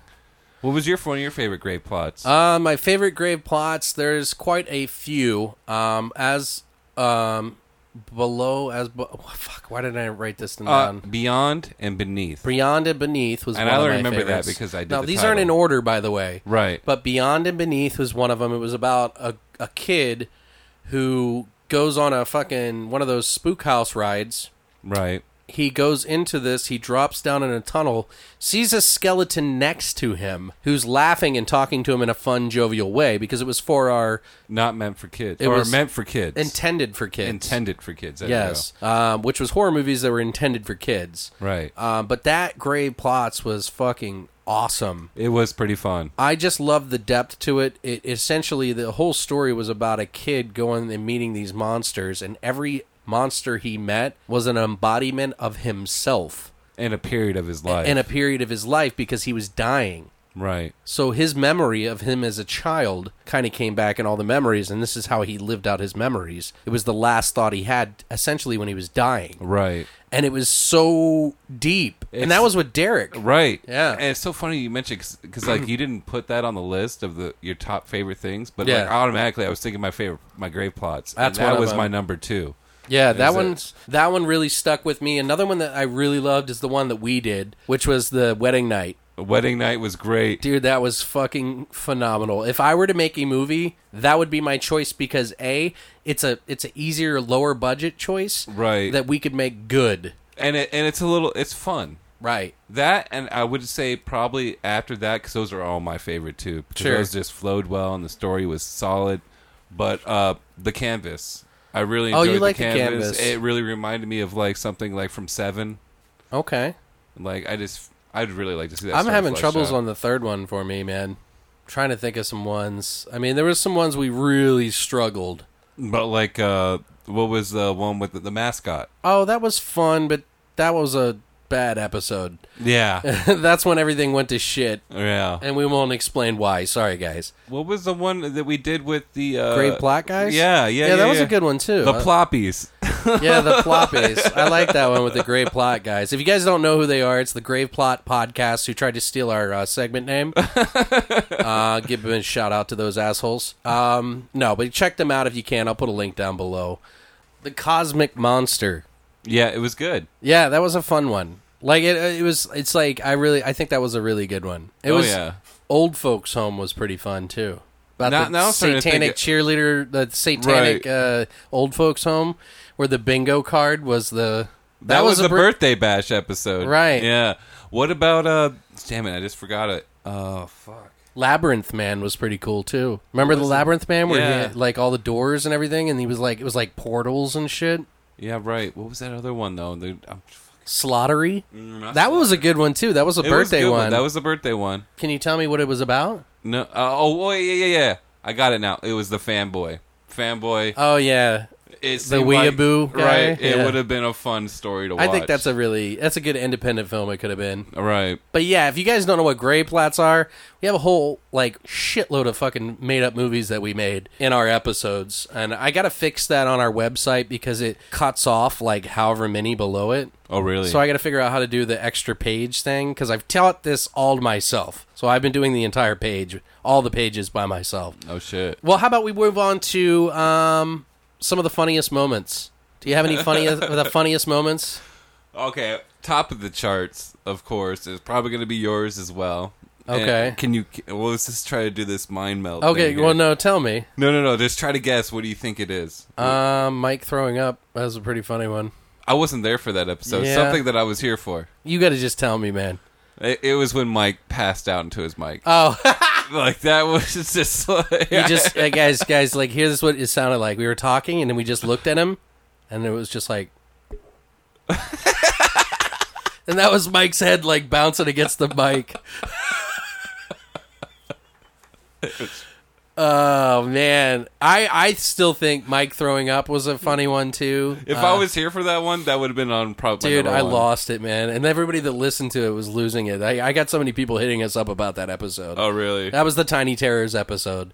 Speaker 3: What was your one of your favorite grave plots?
Speaker 2: Uh, my favorite grave plots. There's quite a few. Um, as um, below as be- oh, fuck. Why did I write this down?
Speaker 3: Uh, beyond and beneath.
Speaker 2: Beyond and Beneath was.
Speaker 3: And
Speaker 2: one
Speaker 3: I
Speaker 2: of my
Speaker 3: remember that
Speaker 2: favorites.
Speaker 3: because I did
Speaker 2: Now
Speaker 3: the
Speaker 2: these
Speaker 3: title.
Speaker 2: aren't in order, by the way.
Speaker 3: Right.
Speaker 2: But Beyond and Beneath was one of them. It was about a a kid who goes on a fucking one of those spook house rides
Speaker 3: right.
Speaker 2: he goes into this he drops down in a tunnel sees a skeleton next to him who's laughing and talking to him in a fun jovial way because it was for our
Speaker 3: Not meant for kids.
Speaker 2: It
Speaker 3: or
Speaker 2: was
Speaker 3: meant for kids.
Speaker 2: intended for kids
Speaker 3: Intended for kids. there you
Speaker 2: yes um, which was horror movies that were intended for kids
Speaker 3: go. Right.
Speaker 2: um, but that gray plots was fucking awesome
Speaker 3: it was pretty fun.
Speaker 2: I just love the depth to it. It essentially the whole story was about a kid going and meeting these monsters, and every monster he met was an embodiment of himself
Speaker 3: In a period of his life.
Speaker 2: in a period of his life because he was dying.
Speaker 3: right.
Speaker 2: So his memory of him as a child kind of came back in all the memories, and this is how he lived out his memories. It was the last thought he had essentially when he was dying,
Speaker 3: Right.
Speaker 2: and it was so deep.
Speaker 3: It's-
Speaker 2: and that was with Derek.
Speaker 3: Right.
Speaker 2: Yeah.
Speaker 3: And it's so funny you mentioned because like you didn't put that on the list of the your top favorite things, but
Speaker 2: Yeah.
Speaker 3: like automatically I was thinking my favorite my grave plots. and
Speaker 2: That's
Speaker 3: that
Speaker 2: one of
Speaker 3: was
Speaker 2: them.
Speaker 3: my number two.
Speaker 2: Yeah, that
Speaker 3: it-
Speaker 2: one's that one really stuck with me. Another one that I really loved is the one that we did, which was the wedding night.
Speaker 3: Wedding night was great.
Speaker 2: Dude, that was fucking phenomenal. If I were to make a movie, that would be my choice because a it's a it's an easier, lower budget choice,
Speaker 3: Right.
Speaker 2: That we could make good,
Speaker 3: And it and it's a little it's fun.
Speaker 2: right?
Speaker 3: That and I would say probably after that because those are all my favorite too. Because
Speaker 2: Sure.
Speaker 3: those just flowed well and the story was solid. But uh, the canvas, I really
Speaker 2: Oh,
Speaker 3: enjoyed
Speaker 2: you
Speaker 3: the,
Speaker 2: like the
Speaker 3: canvas.
Speaker 2: canvas.
Speaker 3: It really reminded me of like something like from Seven.
Speaker 2: Okay,
Speaker 3: Like I just, I'd really like to see that.
Speaker 2: I'm
Speaker 3: story
Speaker 2: having
Speaker 3: fleshed
Speaker 2: troubles
Speaker 3: out.
Speaker 2: on the third one for me, man. trying to think of some ones. I mean, there was some ones we really struggled.
Speaker 3: But like, uh, what was the one with the, the mascot?
Speaker 2: Oh, that was fun, but that was a bad episode.
Speaker 3: Yeah,
Speaker 2: That's when everything went to shit.
Speaker 3: yeah.
Speaker 2: And we won't explain why. Sorry, guys.
Speaker 3: What was the one that we did with the uh,
Speaker 2: Great Black Guys?
Speaker 3: Yeah, yeah,
Speaker 2: Yeah, that was a good one, too.
Speaker 3: The
Speaker 2: Uh,
Speaker 3: ploppies.
Speaker 2: Yeah, the floppies. I like that one with the Grave Plot guys. If you guys don't know who they are, it's the Grave Plot podcast who tried to steal our uh, segment name. uh, give them a shout out to those assholes. Um, no, but check them out if you can. I'll put a link down below. The Cosmic Monster.
Speaker 3: Yeah, it was good.
Speaker 2: Yeah, that was a fun one. Like it, it was. It's like I really, I think that was a really good one. It
Speaker 3: Oh,
Speaker 2: was.
Speaker 3: yeah.
Speaker 2: Old folks' home was pretty fun too. About
Speaker 3: Now-
Speaker 2: the
Speaker 3: now I'm starting to
Speaker 2: satanic
Speaker 3: think-
Speaker 2: cheerleader, the satanic
Speaker 3: Right.
Speaker 2: uh, old folks' home, where the bingo card was the.
Speaker 3: That, was,
Speaker 2: a
Speaker 3: the
Speaker 2: bir-
Speaker 3: birthday bash episode,
Speaker 2: Right.
Speaker 3: Yeah. What about uh? Damn it, I just forgot it. Oh fuck.
Speaker 2: Labyrinth Man was pretty cool too. Remember the
Speaker 3: was it?
Speaker 2: Labyrinth Man where he
Speaker 3: Yeah.
Speaker 2: had, like all the doors and everything, and he was like it was like portals and shit.
Speaker 3: Yeah, right. What was that other one though? The, I'm,
Speaker 2: Slaughtery. That was a good one too. That was a
Speaker 3: Mm, It was
Speaker 2: birthday
Speaker 3: good
Speaker 2: one.
Speaker 3: That was the birthday one.
Speaker 2: Can you tell me what it was about?
Speaker 3: No. Uh, oh, wait, yeah, yeah, yeah. I got it now. It was the fanboy. Fanboy.
Speaker 2: Oh yeah, the
Speaker 3: It seemed like-
Speaker 2: weeaboo guy?
Speaker 3: right? It
Speaker 2: Yeah.
Speaker 3: would have been a fun story to watch.
Speaker 2: I think that's a really that's a good independent film. It could have been.
Speaker 3: right.
Speaker 2: But yeah, if you guys don't know what gray plats are, we have a whole like shitload of fucking made up movies that we made in our episodes, and I gotta fix that on our website because it cuts off like however many below it.
Speaker 3: Oh, really?
Speaker 2: So I got to figure out how to do the extra page thing because I've taught this all to myself. So I've been doing the entire page, all the pages by myself.
Speaker 3: oh shit.
Speaker 2: Well, how about we move on to um, some of the funniest moments? Do you have any funny the funniest moments?
Speaker 3: Okay. Top of the charts, of course, is probably going to be yours as well. And
Speaker 2: Okay.
Speaker 3: can you? Well, let's just try to do this mind meld.
Speaker 2: Okay,
Speaker 3: thing here.
Speaker 2: well, no, tell me.
Speaker 3: no, no, no. Just try to guess. What do you think it is?
Speaker 2: Um, Mike throwing up. That was a pretty funny one.
Speaker 3: I wasn't there for that episode.
Speaker 2: yeah.
Speaker 3: Something that I was here for.
Speaker 2: You got to just tell me, man.
Speaker 3: It, it was when Mike passed out into his mic.
Speaker 2: Oh,
Speaker 3: like that was just like
Speaker 2: you just uh, guys, guys, like here's what it sounded like. We were talking, and then we just looked at him, and it was just like, and that was Mike's head like bouncing against the mic. Oh man, I I still think Mike throwing up was a funny one too.
Speaker 3: If I was here for that one, that would have been on probably.
Speaker 2: Uh, Dude,
Speaker 3: number
Speaker 2: I
Speaker 3: one.
Speaker 2: lost it, man. And everybody that listened to it was losing it. I, I got so many people hitting us up about that episode.
Speaker 3: Oh, really?
Speaker 2: That was the Tiny Terrors episode.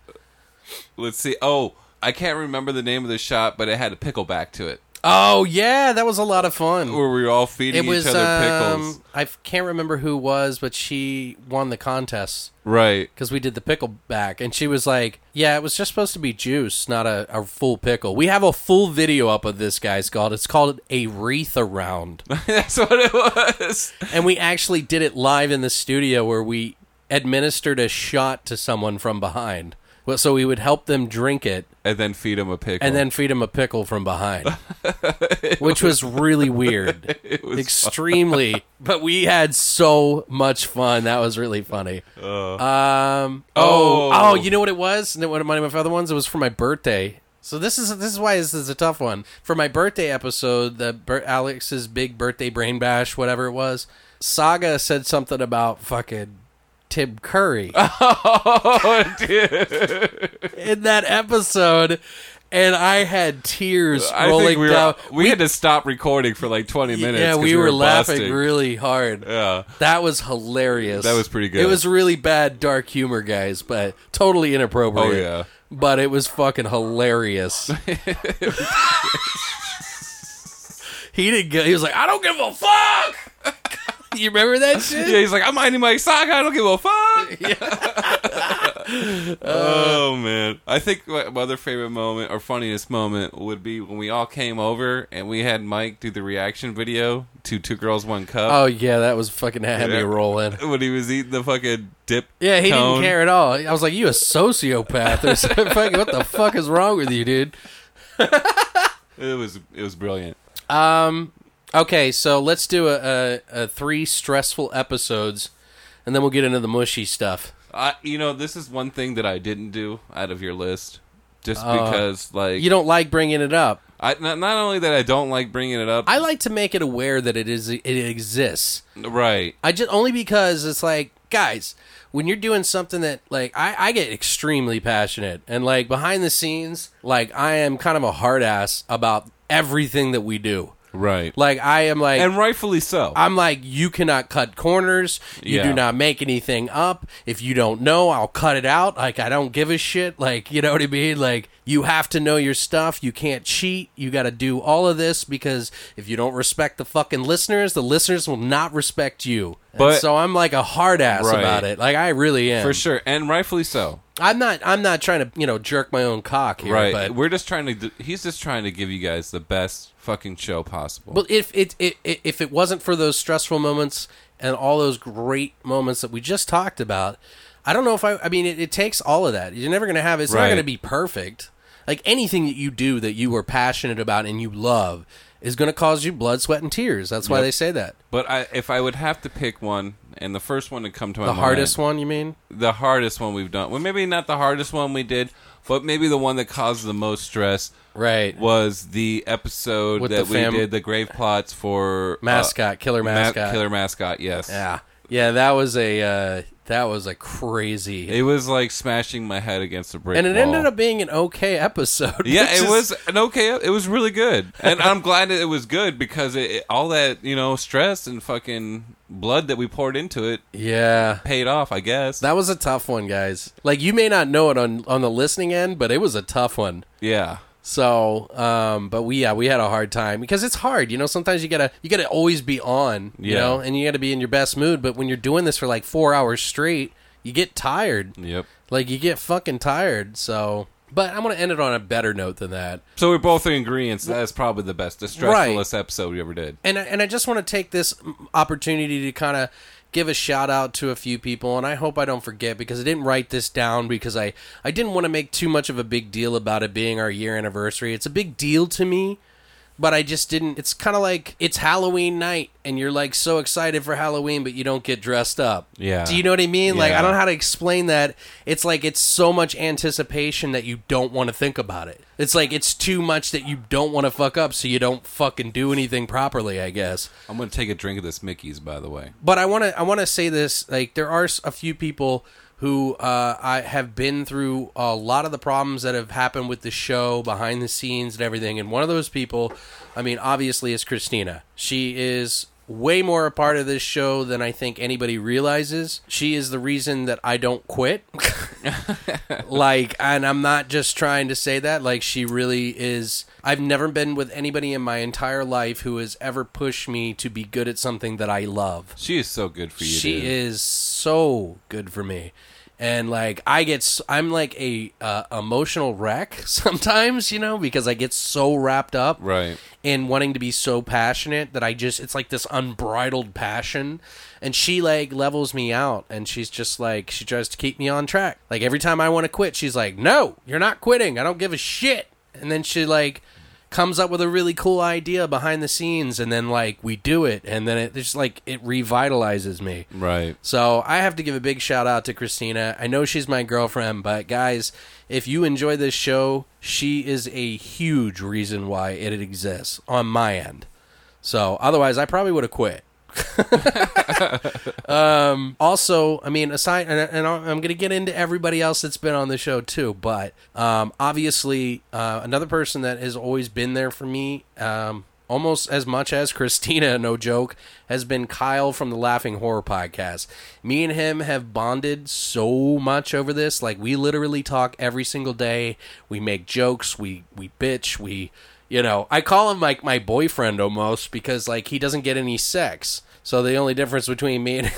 Speaker 3: Let's see. Oh, I can't remember the name of the shop, but it had a pickle back to it,
Speaker 2: Oh, yeah. That was a lot of fun.
Speaker 3: where we were all
Speaker 2: It
Speaker 3: feeding
Speaker 2: was,
Speaker 3: each other pickles.
Speaker 2: um, I f- can't remember who was, but she won the contest
Speaker 3: Right.
Speaker 2: because we did the pickle back. And she was like, yeah, it was just supposed to be juice, not a, a full pickle. We have a full video up of this, guys, called it's called a wreath around.
Speaker 3: That's what it was.
Speaker 2: and we actually did it live in the studio where we administered a shot to someone from behind. Well, So we would help them drink it
Speaker 3: And then feed him a pickle.
Speaker 2: and then feed them a pickle from behind, which was really weird.
Speaker 3: it was
Speaker 2: Extremely. But we had so much fun. That was really funny. um, oh,
Speaker 3: Uh. Oh.
Speaker 2: oh, you know what it was? And one of my my other ones, it was for my birthday. So this is this is why this is a tough one. For my birthday episode, the bir- Alex's big birthday brain bash, whatever it was, Saga said something about fucking Tim Curry
Speaker 3: Oh,
Speaker 2: in that episode, and I had tears
Speaker 3: I
Speaker 2: rolling
Speaker 3: think we, were,
Speaker 2: down.
Speaker 3: we had to stop recording for like 20 minutes.
Speaker 2: yeah,
Speaker 3: 'cause
Speaker 2: we were, laughing
Speaker 3: busting. Uh.
Speaker 2: really hard.
Speaker 3: Yeah.
Speaker 2: That was hilarious.
Speaker 3: That was pretty good.
Speaker 2: It was really bad dark humor, guys, but totally inappropriate.
Speaker 3: Oh, yeah.
Speaker 2: But it was fucking hilarious. he didn't go, he was like, I don't give a fuck. you remember that shit?
Speaker 3: Yeah, he's like, I'm minding my sock. I don't give a fuck. oh man, I think my my other favorite moment or funniest moment would be when we all came over and we had Mike do the reaction video to Two Girls One Cup
Speaker 2: Oh yeah, that was fucking had me
Speaker 3: Yeah.
Speaker 2: rolling.
Speaker 3: when he was eating the fucking dip.
Speaker 2: Oh. Yeah, he
Speaker 3: cone.
Speaker 2: didn't care at all. I was like, "You a sociopath or something? Fucking- what the fuck is wrong with you, dude?"
Speaker 3: It was it was brilliant.
Speaker 2: Okay, so let's do a, a, a three stressful episodes, and then we'll get into the mushy stuff.
Speaker 3: I you know this is one thing that I didn't do out of your list. Just because, like,
Speaker 2: Uh, You don't like bringing it up.
Speaker 3: I, not, not only that I don't like bringing it up,
Speaker 2: I like to make it aware that it is it exists.
Speaker 3: right?
Speaker 2: I just only because it's like, guys, when you're doing something that like I, I get extremely passionate and like behind the scenes, like I am kind of a hard ass about everything that we do.
Speaker 3: Right,
Speaker 2: Like I am like
Speaker 3: and rightfully so.
Speaker 2: I'm like, you cannot cut corners. You
Speaker 3: Yeah.
Speaker 2: do not make anything up. If you don't know, I'll cut it out. Like, I don't give a shit. Like, you know what I mean? Like, you have to know your stuff. You can't cheat. You got to do all of this because if you don't respect the fucking listeners, the listeners will not respect you.
Speaker 3: But
Speaker 2: so I'm like a hard ass
Speaker 3: Right.
Speaker 2: about it. Like I really am.
Speaker 3: for sure, and rightfully so.
Speaker 2: I'm not. I'm not trying to you know jerk my own cock here.
Speaker 3: right.
Speaker 2: But
Speaker 3: We're just trying to. d- He's just trying to give you guys the best fucking show possible.
Speaker 2: Well, if it, it, it if it wasn't for those stressful moments and all those great moments that we just talked about, I don't know if I. I mean, it, it takes all of that. You're never going to have. It's not
Speaker 3: Right.
Speaker 2: going to be perfect. Like anything that you do that you are passionate about and you love is going to cause you blood, sweat, and tears. That's why they say that.
Speaker 3: but I, if I would have to pick one, and the first one to come to my
Speaker 2: The
Speaker 3: mind,
Speaker 2: hardest one, you mean?
Speaker 3: the hardest one we've done. Well, maybe not the hardest one we did, but maybe the one that caused the most stress.
Speaker 2: Right.
Speaker 3: Was the episode
Speaker 2: With
Speaker 3: that
Speaker 2: the
Speaker 3: we
Speaker 2: fam-
Speaker 3: did the grave plots for uh,
Speaker 2: Mascot, killer
Speaker 3: Ma-
Speaker 2: mascot.
Speaker 3: killer mascot? Yes.
Speaker 2: Yeah, yeah. That was a uh, that was a crazy.
Speaker 3: It was like smashing my head against a brick.
Speaker 2: and it
Speaker 3: wall.
Speaker 2: ended up being an okay episode.
Speaker 3: Yeah,
Speaker 2: which
Speaker 3: it
Speaker 2: is-
Speaker 3: was an okay. It was really good, and I'm glad that it was good because it, it- all that you know stress and fucking blood that we poured into it
Speaker 2: Yeah,
Speaker 3: paid off. I guess.
Speaker 2: That was a tough one, guys. Like you may not know it on on the listening end, but it was a tough one.
Speaker 3: yeah,
Speaker 2: So, um, but we yeah we had a hard time because it's hard, you know. Sometimes you gotta you gotta always be on, you
Speaker 3: Yeah.
Speaker 2: know, and you gotta be in your best mood. But when you're doing this for like four hours straight, you get tired.
Speaker 3: yep.
Speaker 2: Like you get fucking tired. So, but I'm gonna end it on a better note than that.
Speaker 3: So we're both in agreement. That's probably the best, the stressfulest episode we ever did.
Speaker 2: and I, and I just want to take this opportunity to kind of give a shout out to a few people and I hope I don't forget because I didn't write this down because I I didn't want to make too much of a big deal about it being our year anniversary. It's a big deal to me, but I just didn't it's kind of like it's Halloween night and you're like so excited for Halloween but you don't get dressed up.
Speaker 3: Yeah.
Speaker 2: Do you know what I mean? Like I
Speaker 3: Yeah.
Speaker 2: don't know how to explain that. It's like it's so much anticipation that you don't want to think about it. It's like it's too much that you don't want to fuck up, so you don't fucking do anything properly. I guess.
Speaker 3: I'm gonna take a drink of this Mickey's, by the way.
Speaker 2: But I want to. I want to say this. Like there are s- a few people who uh, I have been through a lot of the problems that have happened with the show behind the scenes and everything. And one of those people, I mean, obviously, is Christina. She is way more a part of this show than I think anybody realizes. She is the reason that I don't quit. like and i'm not just trying to say that like she really is i've never been with anybody in my entire life who has ever pushed me to be good at something that i love
Speaker 3: She is so good for you.
Speaker 2: she
Speaker 3: dude.
Speaker 2: is so good for me and like i get s- i'm like a uh, emotional wreck sometimes you know because i get so wrapped up
Speaker 3: Right.
Speaker 2: in wanting to be so passionate that i just it's like this unbridled passion and she like levels me out and she's just like she tries to keep me on track like every time i want to quit she's like no you're not quitting i don't give a shit and then she like comes up with a really cool idea behind the scenes and then like we do it and then it it's just like it revitalizes me
Speaker 3: Right.
Speaker 2: so I have to give a big shout out to Christina. I know she's my girlfriend, but guys, if you enjoy this show, she is a huge reason why it exists on my end. So otherwise, I probably would have quit. um, also, I mean, aside, and, and I'm going to get into everybody else that's been on the show too, but um, obviously, uh, another person that has always been there for me, um, almost as much as Christina, no joke, has been Kyle from the Laughing Horror Podcast. Me and him have bonded so much over this. Like, we literally talk every single day. We make jokes. We we bitch. We you know, I call him like my boyfriend almost because like he doesn't get any sex. So the only difference between me and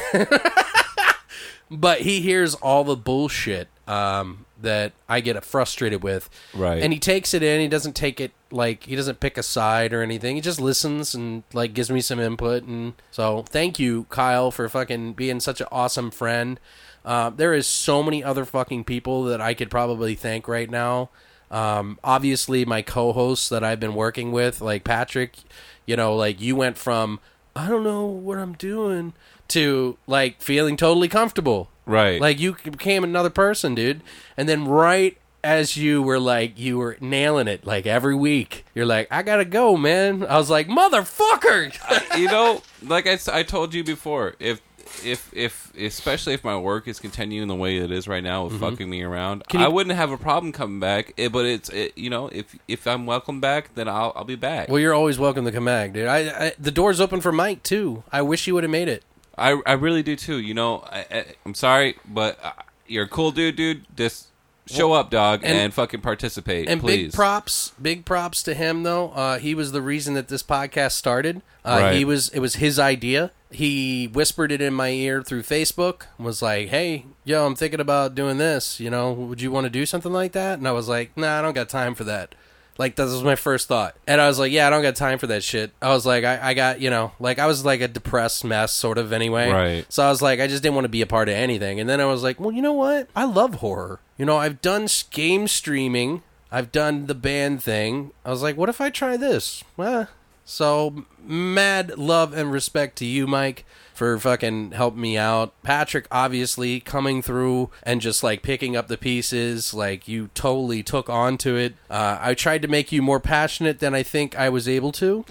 Speaker 2: but he hears all the bullshit um, that I get frustrated with.
Speaker 3: Right.
Speaker 2: And he takes it in. He doesn't take it like he doesn't pick a side or anything. He just listens and like gives me some input. And so thank you, Kyle, for fucking being such an awesome friend. Uh, there is so many other fucking people that I could probably thank right now. Um, obviously, my co-hosts that I've been working with, like Patrick, you know, like you went from I don't know what I'm doing to like feeling totally comfortable.
Speaker 3: Right.
Speaker 2: Like you became another person, dude. And then right as you were like you were nailing it like every week, you're like, I gotta go, man. I was like, motherfucker.
Speaker 3: you know, like I, s- I told you before, if if if especially if my work is continuing the way it is right now with
Speaker 2: Mm-hmm.
Speaker 3: fucking me around, I wouldn't have a problem coming back. eh, but it's it, you know, if if I'm welcome back, then I'll I'll be back.
Speaker 2: well, you're always welcome to come back, dude. I, I the door's open for Mike too. I wish you would have made it.
Speaker 3: I I really do too. You know, I, I, I'm sorry, but uh, you're a cool dude, dude. Just Show up, dog, and,
Speaker 2: and-
Speaker 3: fucking participate,
Speaker 2: And
Speaker 3: please.
Speaker 2: big props, big props to him though. Uh, he was the reason that this podcast started. Uh,
Speaker 3: Right.
Speaker 2: He was it was his idea. He whispered it in my ear through Facebook. Was like, "Hey, yo, I'm thinking about doing this. You know, would you want to do something like that?" And I was like, "Nah, I don't got time for that." Like that was my first thought, and I was like, "Yeah, I don't got time for that shit." I was like, "I, I got you know, like I was like a depressed mess, sort of anyway."
Speaker 3: Right.
Speaker 2: So I was like, I just didn't want to be a part of anything. And then I was like, well, you know what? I love horror. You know, I've done s- game streaming, I've done the band thing. I was like, what if I try this? Well, so mad love and respect to you, Mike, for fucking helping me out. Patrick, obviously, coming through and just like picking up the pieces. Like, you totally took on to it. Uh, I tried to make you more passionate than I think I was able to.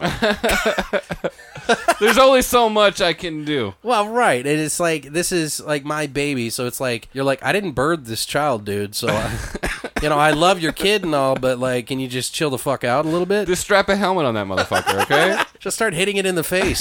Speaker 3: There's only so much I can do.
Speaker 2: Well, right, and it's like this is like my baby, so it's like you're like I didn't birth this child, dude. So, I, you know, I love your kid and all, but like, can you just chill the fuck out a little bit?
Speaker 3: Just strap a helmet on that motherfucker, okay?
Speaker 2: Just start hitting it in the face,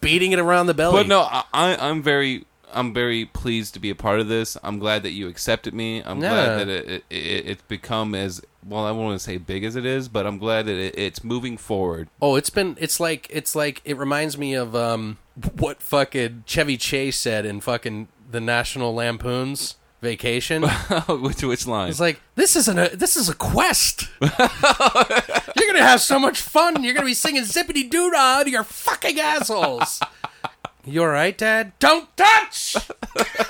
Speaker 2: beating it around the belly.
Speaker 3: But no, I, I, I'm very, I'm very pleased to be a part of this. I'm glad that you accepted me. I'm
Speaker 2: Yeah.
Speaker 3: glad that it, it, it, it's become as well. I won't say big as it is, but I'm glad that it, it's moving forward.
Speaker 2: Oh, it's been it's like it's like it reminds me of um what fucking Chevy Chase said in fucking the National Lampoon's Vacation.
Speaker 3: which which line?
Speaker 2: It's like this isn't a this is a quest. you're gonna have so much fun. You're gonna be singing zippity doo dah to your fucking assholes. You all right, Dad? Don't touch.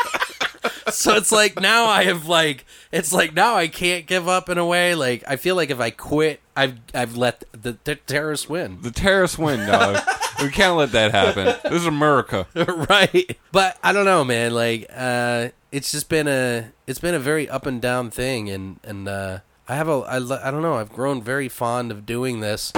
Speaker 2: so it's like now I have like it's like now I can't give up in a way. Like I feel like if I quit, I've I've let the, the terrorists win.
Speaker 3: the terrorists win, dog. we can't let that happen. This is America. Uh,
Speaker 2: right but i don't know man like uh it's just been a it's been a very up and down thing and and uh i have a i, lo- I don't know i've grown very fond of doing this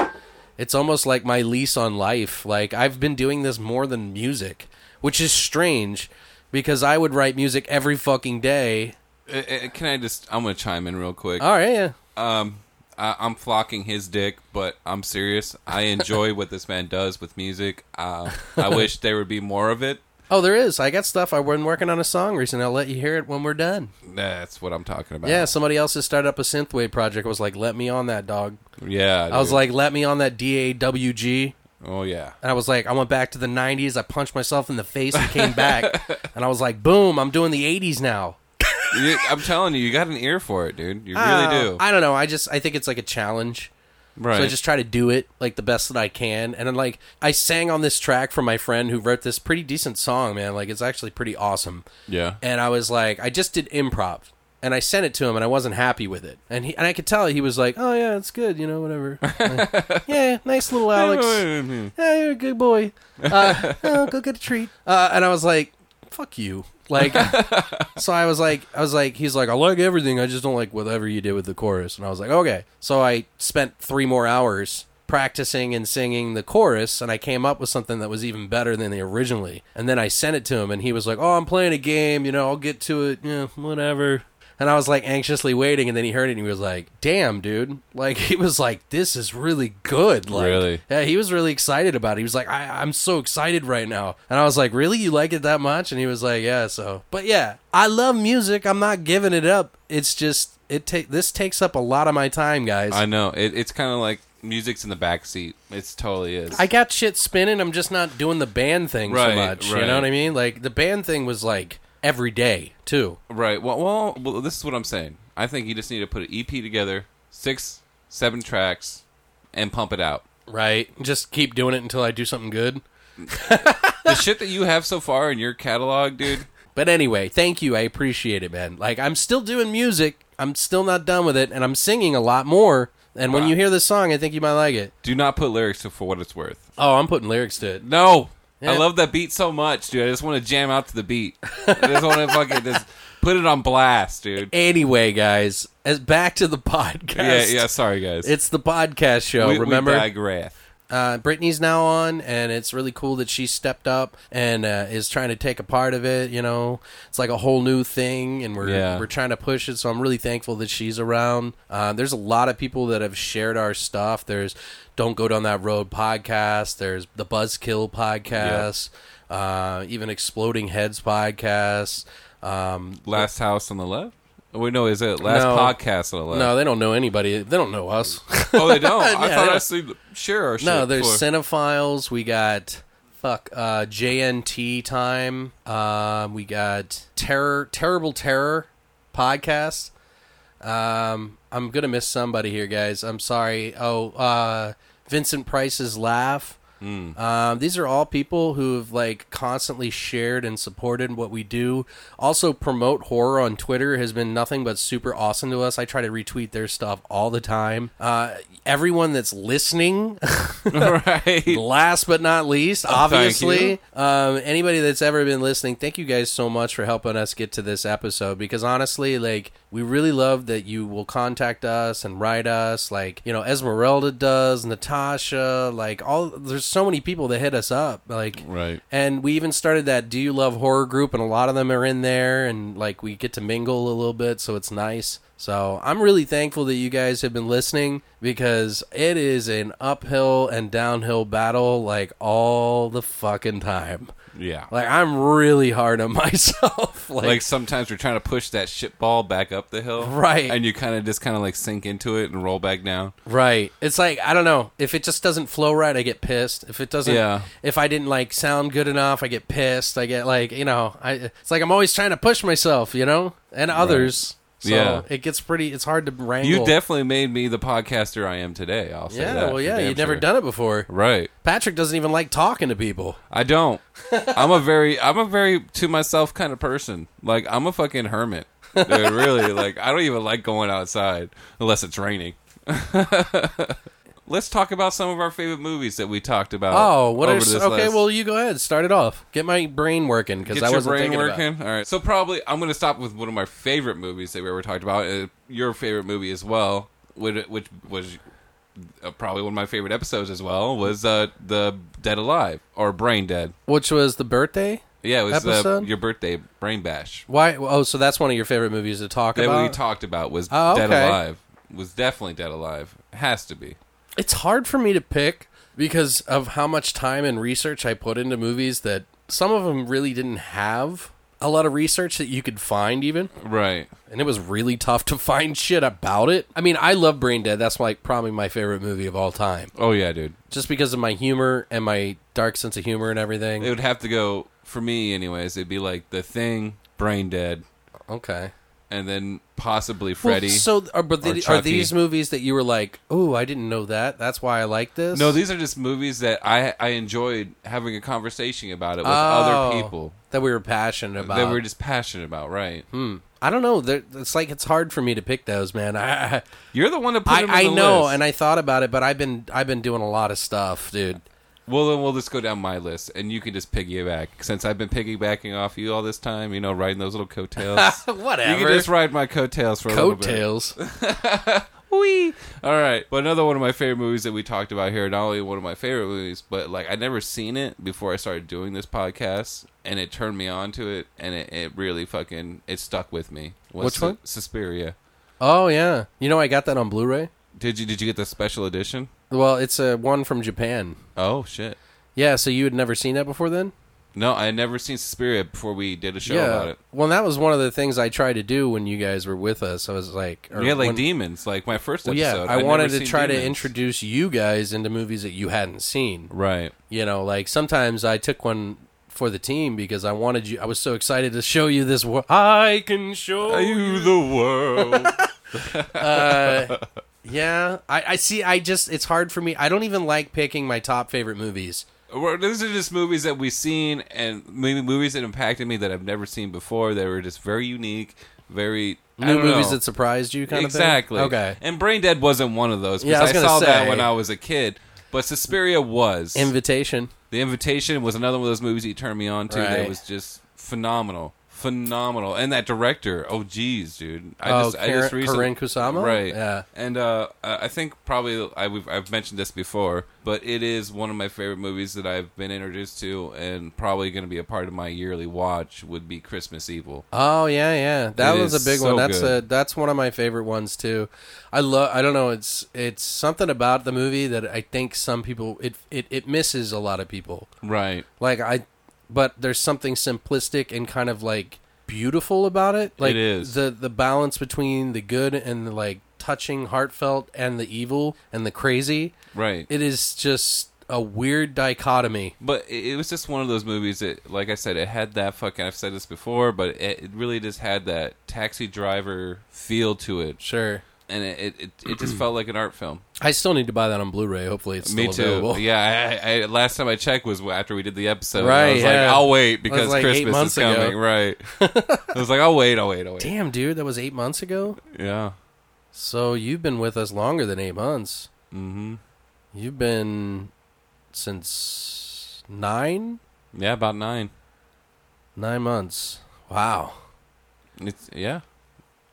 Speaker 2: it's almost like my lease on life like i've been doing this more than music which is strange because i would write music every fucking day
Speaker 3: Uh, uh, Can I just? I'm gonna chime in real quick.
Speaker 2: all right yeah
Speaker 3: um, I, I'm flocking his dick, but I'm serious. I enjoy what this man does with music. Uh, I wish there would be more of it.
Speaker 2: oh there is i got stuff i've been working on a song recently i'll let you hear it when we're done
Speaker 3: That's what I'm talking about.
Speaker 2: yeah somebody else has started up a synthwave project was like let me on that dog
Speaker 3: yeah.
Speaker 2: i was
Speaker 3: dude.
Speaker 2: like let me on that d-a-w-g
Speaker 3: oh yeah.
Speaker 2: And I was like, I went back to the 90s. I punched myself in the face and came back. and I was like, boom, I'm doing the 80s now.
Speaker 3: You- I'm telling you, you got an ear for it, dude. You really
Speaker 2: Uh,
Speaker 3: do.
Speaker 2: I don't know. I just, I think it's like a challenge.
Speaker 3: right.
Speaker 2: So I just try to do it like the best that I can. And then, like, I sang on this track from my friend who wrote this pretty decent song, man. Like, it's actually pretty awesome.
Speaker 3: yeah.
Speaker 2: And I was like, I just did improv. And I sent it to him, and I wasn't happy with it. And he, and I could tell he was like, "Oh yeah, it's good, you know, whatever. Like, yeah, nice little Alex. yeah, you're a good boy. Uh, oh, go get a treat. Uh, and I was like, fuck you. Like, so I was like, I was like, he's like, I like everything. I just don't like whatever you did with the chorus. And I was like, okay. So I spent three more hours practicing and singing the chorus, and I came up with something that was even better than the originally. And then I sent it to him, and he was like, oh, I'm playing a game. You know, I'll get to it. Yeah, whatever. And I was like anxiously waiting, and then he heard it, and he was like, "Damn, dude!" Like he was like, "This is really good." Like,
Speaker 3: Really?
Speaker 2: yeah, he was really excited about it. He was like, I, I'm so excited right now. And I was like, Really? You like it that much? And he was like, Yeah, so. But yeah, I love music. I'm not giving it up. It's just, it take this takes up a lot of my time, guys.
Speaker 3: I
Speaker 2: I,
Speaker 3: know. It, it's kind of like music's in the backseat. It's totally is.
Speaker 2: got shit spinning. I'm just not doing the band thing so
Speaker 3: Right,
Speaker 2: much. You
Speaker 3: right.
Speaker 2: know what I mean? Like, the band thing was like every day, too.
Speaker 3: right. Well, well, well, this is what I'm saying. I think you just need to put an EP together, six, seven tracks, and pump it out.
Speaker 2: Right? Just keep doing it until I do something good.
Speaker 3: the shit that you have so far in your catalog, dude.
Speaker 2: But anyway, thank you. I appreciate it, man. Like I'm still doing music. I'm still not done with it, and I'm singing a lot more. And when you hear this song, I think you might like it.
Speaker 3: Do not put lyrics to for what it's worth.
Speaker 2: Oh, I'm putting lyrics to it.
Speaker 3: No,
Speaker 2: Yeah.
Speaker 3: I love that beat so much, dude. I just want to jam out to the beat. I just want to fucking just put it on blast, dude.
Speaker 2: Anyway, guys, as back to the
Speaker 3: Yeah,
Speaker 2: podcast.
Speaker 3: yeah. Sorry, guys.
Speaker 2: It's the podcast show.
Speaker 3: we,
Speaker 2: remember,
Speaker 3: we digress.
Speaker 2: uh, Brittany's now on, and it's really cool that she stepped up and uh, is trying to take a part of it. You know, it's like a whole new thing, and we're
Speaker 3: Yeah.
Speaker 2: we're trying to push it. So I'm really thankful that she's around. Uh, there's a lot of people that have shared our stuff. There's Don't Go Down That Road podcast. There's the Buzzkill podcast. Uh, even Exploding Heads podcast. Um,
Speaker 3: Last house on the left. Wait, no, is it last
Speaker 2: No.
Speaker 3: podcast on the left?
Speaker 2: No, they don't know anybody. They don't know us.
Speaker 3: Oh, they don't. I
Speaker 2: Yeah,
Speaker 3: thought
Speaker 2: they
Speaker 3: I
Speaker 2: don't.
Speaker 3: see share our shit.
Speaker 2: no, there's
Speaker 3: before.
Speaker 2: cinephiles. We got fuck uh, JNT time. Um, we got terror, terrible terror podcast. Um, I'm gonna miss somebody here, guys. I'm sorry. Oh, uh, Vincent Price's laugh. Um, these are all people who have like constantly shared and supported what we do. Also, promote horror on Twitter has been nothing but super awesome to us. I try to retweet their stuff all the time. Uh, everyone that's listening,
Speaker 3: right.
Speaker 2: last but not least,
Speaker 3: you.
Speaker 2: obviously, um, anybody that's ever been listening, thank you guys so much for helping us get to this episode. Because honestly, like we really love that you will contact us and write us, like you know Esmeralda does, Natasha, like all. There's so many people that hit us up, like
Speaker 3: Right.
Speaker 2: and we even started that Do You Love Horror group, and a lot of them are in there, and like we get to mingle a little bit, so it's nice. So I'm really thankful that you guys have been listening because it is an uphill and downhill battle like all the fucking time.
Speaker 3: Yeah. Like,
Speaker 2: Like I'm really hard on myself. like,
Speaker 3: sometimes you're trying to push that shit ball back up the hill.
Speaker 2: Right.
Speaker 3: And you kind of just kind of like sink into it and roll back down.
Speaker 2: right. It's like I don't know. If it just doesn't flow right, I get pissed. If it doesn't
Speaker 3: Yeah.
Speaker 2: if I didn't like sound good enough, I get pissed. I get like, you know, I it's like I'm always trying to push myself, you know? And others. So
Speaker 3: Yeah.
Speaker 2: it gets pretty it's hard to wrangle.
Speaker 3: You definitely made me the podcaster I am today. I'll say
Speaker 2: Yeah,
Speaker 3: that.
Speaker 2: well
Speaker 3: for
Speaker 2: yeah,
Speaker 3: damn
Speaker 2: you've never
Speaker 3: sure.
Speaker 2: done it before.
Speaker 3: Right.
Speaker 2: Patrick doesn't even like talking to people.
Speaker 3: I don't. I'm a very I'm a very to myself kind of person. Like I'm a fucking hermit. Dude, really, like I don't even like going outside unless it's raining. Let's talk about some of our favorite movies that we talked about.
Speaker 2: Oh, what
Speaker 3: over
Speaker 2: are s-
Speaker 3: this
Speaker 2: okay?
Speaker 3: last-
Speaker 2: Well, you go ahead. Start it off. Get my brain working because
Speaker 3: get
Speaker 2: I
Speaker 3: your
Speaker 2: wasn't
Speaker 3: brain
Speaker 2: thinking about it.
Speaker 3: working. All right, so probably I'm going to stop with one of my favorite movies that we ever talked about. Uh, your favorite movie as well, which, which was uh, probably one of my favorite episodes as well, was uh, the Dead Alive or Brain Dead.
Speaker 2: Which was the birthday?
Speaker 3: Yeah, it was uh,
Speaker 2: Episode?
Speaker 3: your birthday brain bash.
Speaker 2: Why? Oh, so that's one of your favorite movies to talk
Speaker 3: that
Speaker 2: about.
Speaker 3: we talked about was
Speaker 2: Oh,
Speaker 3: Dead
Speaker 2: okay.
Speaker 3: Alive. Was definitely Dead Alive. Has to be.
Speaker 2: it's hard for me to pick because of how much time and research I put into movies that some of them really didn't have a lot of research that you could find even
Speaker 3: Right.
Speaker 2: and it was really tough to find shit about it i mean i love brain dead that's like probably my favorite movie of all time
Speaker 3: Oh yeah, dude.
Speaker 2: just because of my humor and my dark sense of humor and everything
Speaker 3: It would have to go for me anyways, it'd be like the thing, brain dead,
Speaker 2: okay
Speaker 3: and then possibly
Speaker 2: Well,
Speaker 3: Freddy.
Speaker 2: so are, but the- are
Speaker 3: Chucky.
Speaker 2: these movies that you were like oh i didn't know that that's why i like this
Speaker 3: no, these are just movies that I I enjoyed having a conversation about it with
Speaker 2: Oh,
Speaker 3: other people
Speaker 2: that we were passionate about Hmm.
Speaker 3: that we we're just passionate about, right?
Speaker 2: I don't know. There- It's like it's hard for me to pick those, man. I
Speaker 3: You're the one that put
Speaker 2: I,
Speaker 3: them
Speaker 2: I
Speaker 3: on the
Speaker 2: know,
Speaker 3: list.
Speaker 2: and I thought about it, but I've been I've been doing a lot of stuff, dude.
Speaker 3: Well, then we'll just go down my list, and you can just piggyback. Since I've been piggybacking off you all this time, you know, riding those little coattails. You
Speaker 2: Whatever.
Speaker 3: can just ride my coattails for a little bit.
Speaker 2: Coattails.
Speaker 3: Whee! All right, but another one of my favorite movies that we talked about here, not only one of my favorite movies, but like I'd never seen it before I started doing this podcast, and it turned me on to it, and it, it really fucking it stuck with me. Was
Speaker 2: Which
Speaker 3: Su-
Speaker 2: one?
Speaker 3: Suspiria.
Speaker 2: oh yeah. You know I got that on Blu-ray.
Speaker 3: Did you did you get the special edition?
Speaker 2: Well, it's a one from Japan.
Speaker 3: Oh shit!
Speaker 2: Yeah. So you had never seen that before then?
Speaker 3: No, I had never seen Suspiria before we did a show
Speaker 2: yeah.
Speaker 3: about it.
Speaker 2: Well, that was one of the things I tried to do when you guys were with us. I was like, or
Speaker 3: Yeah, like
Speaker 2: when-
Speaker 3: demons, like my first
Speaker 2: Well,
Speaker 3: episode.
Speaker 2: yeah, I
Speaker 3: I'd
Speaker 2: wanted
Speaker 3: never
Speaker 2: to
Speaker 3: seen
Speaker 2: try to
Speaker 3: Demons.
Speaker 2: introduce you guys into movies that you hadn't seen.
Speaker 3: Right.
Speaker 2: you know like sometimes i took one for the team because i wanted you i was so excited to show you this wor- i can show
Speaker 3: Are
Speaker 2: you
Speaker 3: you the world?
Speaker 2: uh, yeah I, I see i just it's hard for me i don't even like picking my top favorite movies
Speaker 3: Well, these are just movies that we've seen and maybe movies that impacted me that I've never seen before. They were just very unique, very I
Speaker 2: new
Speaker 3: don't
Speaker 2: movies
Speaker 3: know.
Speaker 2: that surprised you kind
Speaker 3: exactly
Speaker 2: of thing okay
Speaker 3: And Brain Dead wasn't one of those.
Speaker 2: Yeah, I was
Speaker 3: because I, saw
Speaker 2: gonna
Speaker 3: that
Speaker 2: say.
Speaker 3: when I was a kid, but Suspiria was.
Speaker 2: invitation
Speaker 3: the Invitation was another one of those movies he turned me on to that
Speaker 2: Right.
Speaker 3: was just phenomenal, phenomenal. And that director, oh geez, dude, I
Speaker 2: Oh,
Speaker 3: just I just
Speaker 2: Karen-
Speaker 3: recently,
Speaker 2: Karen Kusama?
Speaker 3: right?
Speaker 2: Yeah.
Speaker 3: and uh, I I think probably I, we've, I've mentioned this before, but it is one of my favorite movies that I've been introduced to, and probably going to be a part of my yearly watch would be Christmas Evil.
Speaker 2: Oh yeah, yeah. That
Speaker 3: It
Speaker 2: was a
Speaker 3: is
Speaker 2: big
Speaker 3: so
Speaker 2: one. That's
Speaker 3: good.
Speaker 2: a that's one of my favorite ones too. I love. I don't know. It's it's something about the movie that I think some people it it it misses a lot of people.
Speaker 3: Right.
Speaker 2: like i but there's something simplistic and kind of like beautiful about it. Like
Speaker 3: is.
Speaker 2: the the balance between the good and the like touching, heartfelt, and the evil and the crazy.
Speaker 3: Right.
Speaker 2: It is just a weird dichotomy.
Speaker 3: But it it was just one of those movies that, like I said, it had that fucking. I've said this before, but it, it really just had that taxi driver feel to it,
Speaker 2: Sure.
Speaker 3: and it it, it, it just felt like an art film.
Speaker 2: I still need to buy that on Blu-ray. Hopefully, it's still
Speaker 3: Me too.
Speaker 2: available.
Speaker 3: Yeah, I, I, I- last time I checked was after we did the episode. and I
Speaker 2: Right,
Speaker 3: was like,
Speaker 2: yeah.
Speaker 3: I'll wait
Speaker 2: was
Speaker 3: because
Speaker 2: like eight
Speaker 3: Christmas is
Speaker 2: months ago.
Speaker 3: coming. Right. I was like, I'll wait. I'll wait. I'll wait.
Speaker 2: Damn, dude, that was eight months ago.
Speaker 3: Yeah.
Speaker 2: So you've been with us longer than eight months. Mm-hmm. You've been since nine,
Speaker 3: Yeah. About nine.
Speaker 2: nine months. Wow,
Speaker 3: It's yeah.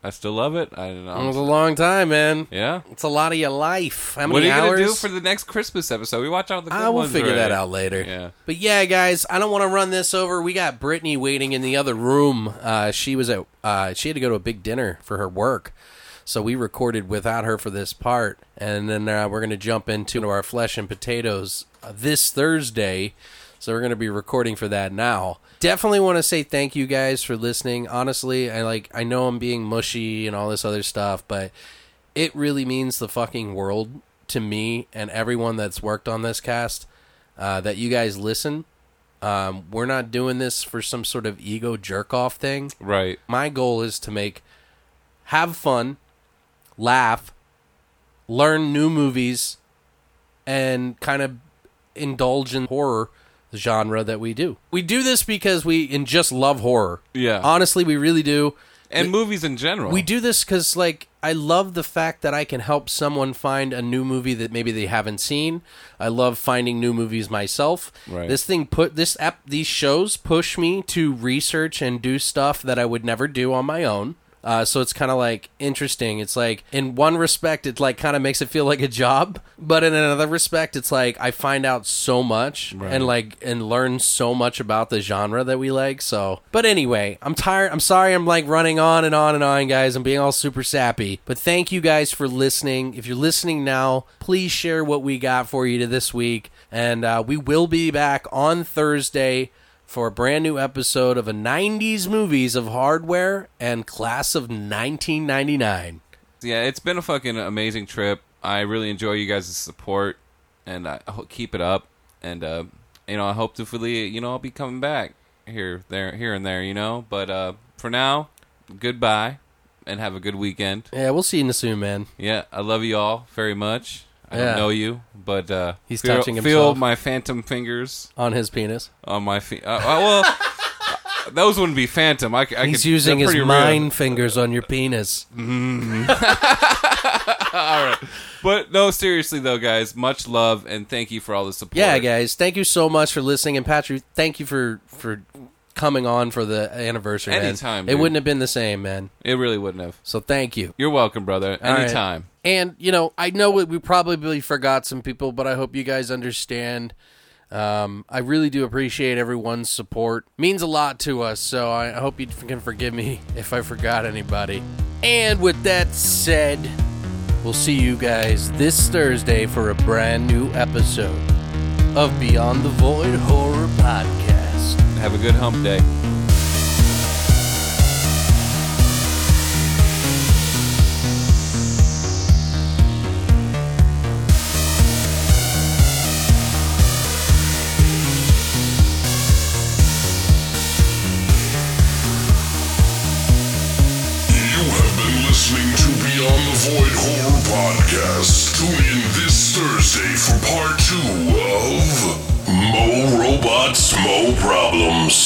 Speaker 3: I still love it. I don't
Speaker 2: that was a
Speaker 3: know.
Speaker 2: long time, man.
Speaker 3: Yeah.
Speaker 2: It's a lot of your life. How many
Speaker 3: What are you
Speaker 2: hours?
Speaker 3: gonna do for the next Christmas episode? We watch out the. Good
Speaker 2: I will
Speaker 3: ones
Speaker 2: figure that
Speaker 3: already.
Speaker 2: out later.
Speaker 3: Yeah.
Speaker 2: But yeah, guys, I don't want to run this over. We got Brittany waiting in the other room. Uh, she was at. Uh, she had to go to a big dinner for her work, so we recorded without her for this part, and then uh, we're going to jump into our flesh and potatoes uh, this Thursday. So we're going to be recording for that now. Definitely want to say thank you guys for listening. Honestly, I like. I know I'm being mushy and all this other stuff, but it really means the fucking world to me and everyone that's worked on this cast uh, that you guys listen. Um, we're not doing this for some sort of ego jerk off thing.
Speaker 3: Right.
Speaker 2: My goal is to make have fun, laugh, learn new movies, and kind of indulge in horror genre that we do. We do this because we and just love horror.
Speaker 3: Yeah.
Speaker 2: Honestly, we really do.
Speaker 3: And movies in general.
Speaker 2: We do this because, like, I love the fact that I can help someone find a new movie that maybe they haven't seen. I love finding new movies myself.
Speaker 3: Right.
Speaker 2: This thing put this app, these shows push me to research and do stuff that I would never do on my own. Uh, so it's kind of like interesting. It's like in one respect, it like kind of makes it feel like a job, but in another respect, it's like I find out so much and like and learn so much about the genre that we like. So, but anyway, I'm tired. I'm sorry. I'm like running on and on and on, guys. I'm being all super sappy. But thank you guys for listening. If you're listening now, please share what we got for you to this week, and uh, we will be back on Thursday for a brand new episode of a 90s movies of hardware and class of 1999.
Speaker 3: Yeah, it's been a fucking amazing trip. I really enjoy you guys' support, and I ho- keep it up. And uh, you know, I hope hopefully, you know, I'll be coming back here, there, here and there. You know, but uh, for now, goodbye, and have a good weekend.
Speaker 2: Yeah, we'll see you soon, man.
Speaker 3: Yeah, I love you all very much. I
Speaker 2: Yeah.
Speaker 3: don't know you, but uh,
Speaker 2: He's
Speaker 3: feel,
Speaker 2: touching
Speaker 3: Feel
Speaker 2: himself.
Speaker 3: my phantom fingers
Speaker 2: On his penis.
Speaker 3: on my feet. Uh, uh, well, those wouldn't be phantom. I, c- I
Speaker 2: He's
Speaker 3: could-
Speaker 2: using
Speaker 3: they're
Speaker 2: his
Speaker 3: pretty real.
Speaker 2: mind fingers on your penis.
Speaker 3: But no, seriously though, guys, much love and thank you for all the support.
Speaker 2: Yeah, guys, thank you so much for listening. And Patrick, thank you for for coming on for the anniversary. man.
Speaker 3: Anytime,
Speaker 2: It
Speaker 3: dude.
Speaker 2: wouldn't have been the same, man.
Speaker 3: It really wouldn't have.
Speaker 2: So thank you.
Speaker 3: You're welcome, brother.
Speaker 2: All right.
Speaker 3: Anytime.
Speaker 2: And you know, I know we- we probably forgot some people, but I hope you guys understand. Um, I really do appreciate everyone's support. Means a lot to us. So I I hope you f- can forgive me if I forgot anybody. And with that said, we'll see you guys this Thursday for a brand new episode of Beyond the Void Horror Podcast.
Speaker 3: Have a good hump day.
Speaker 1: You have been listening to Beyond the Void Horror Podcast. Tune in this Thursday for part two of Mo Robots, Mo Problems.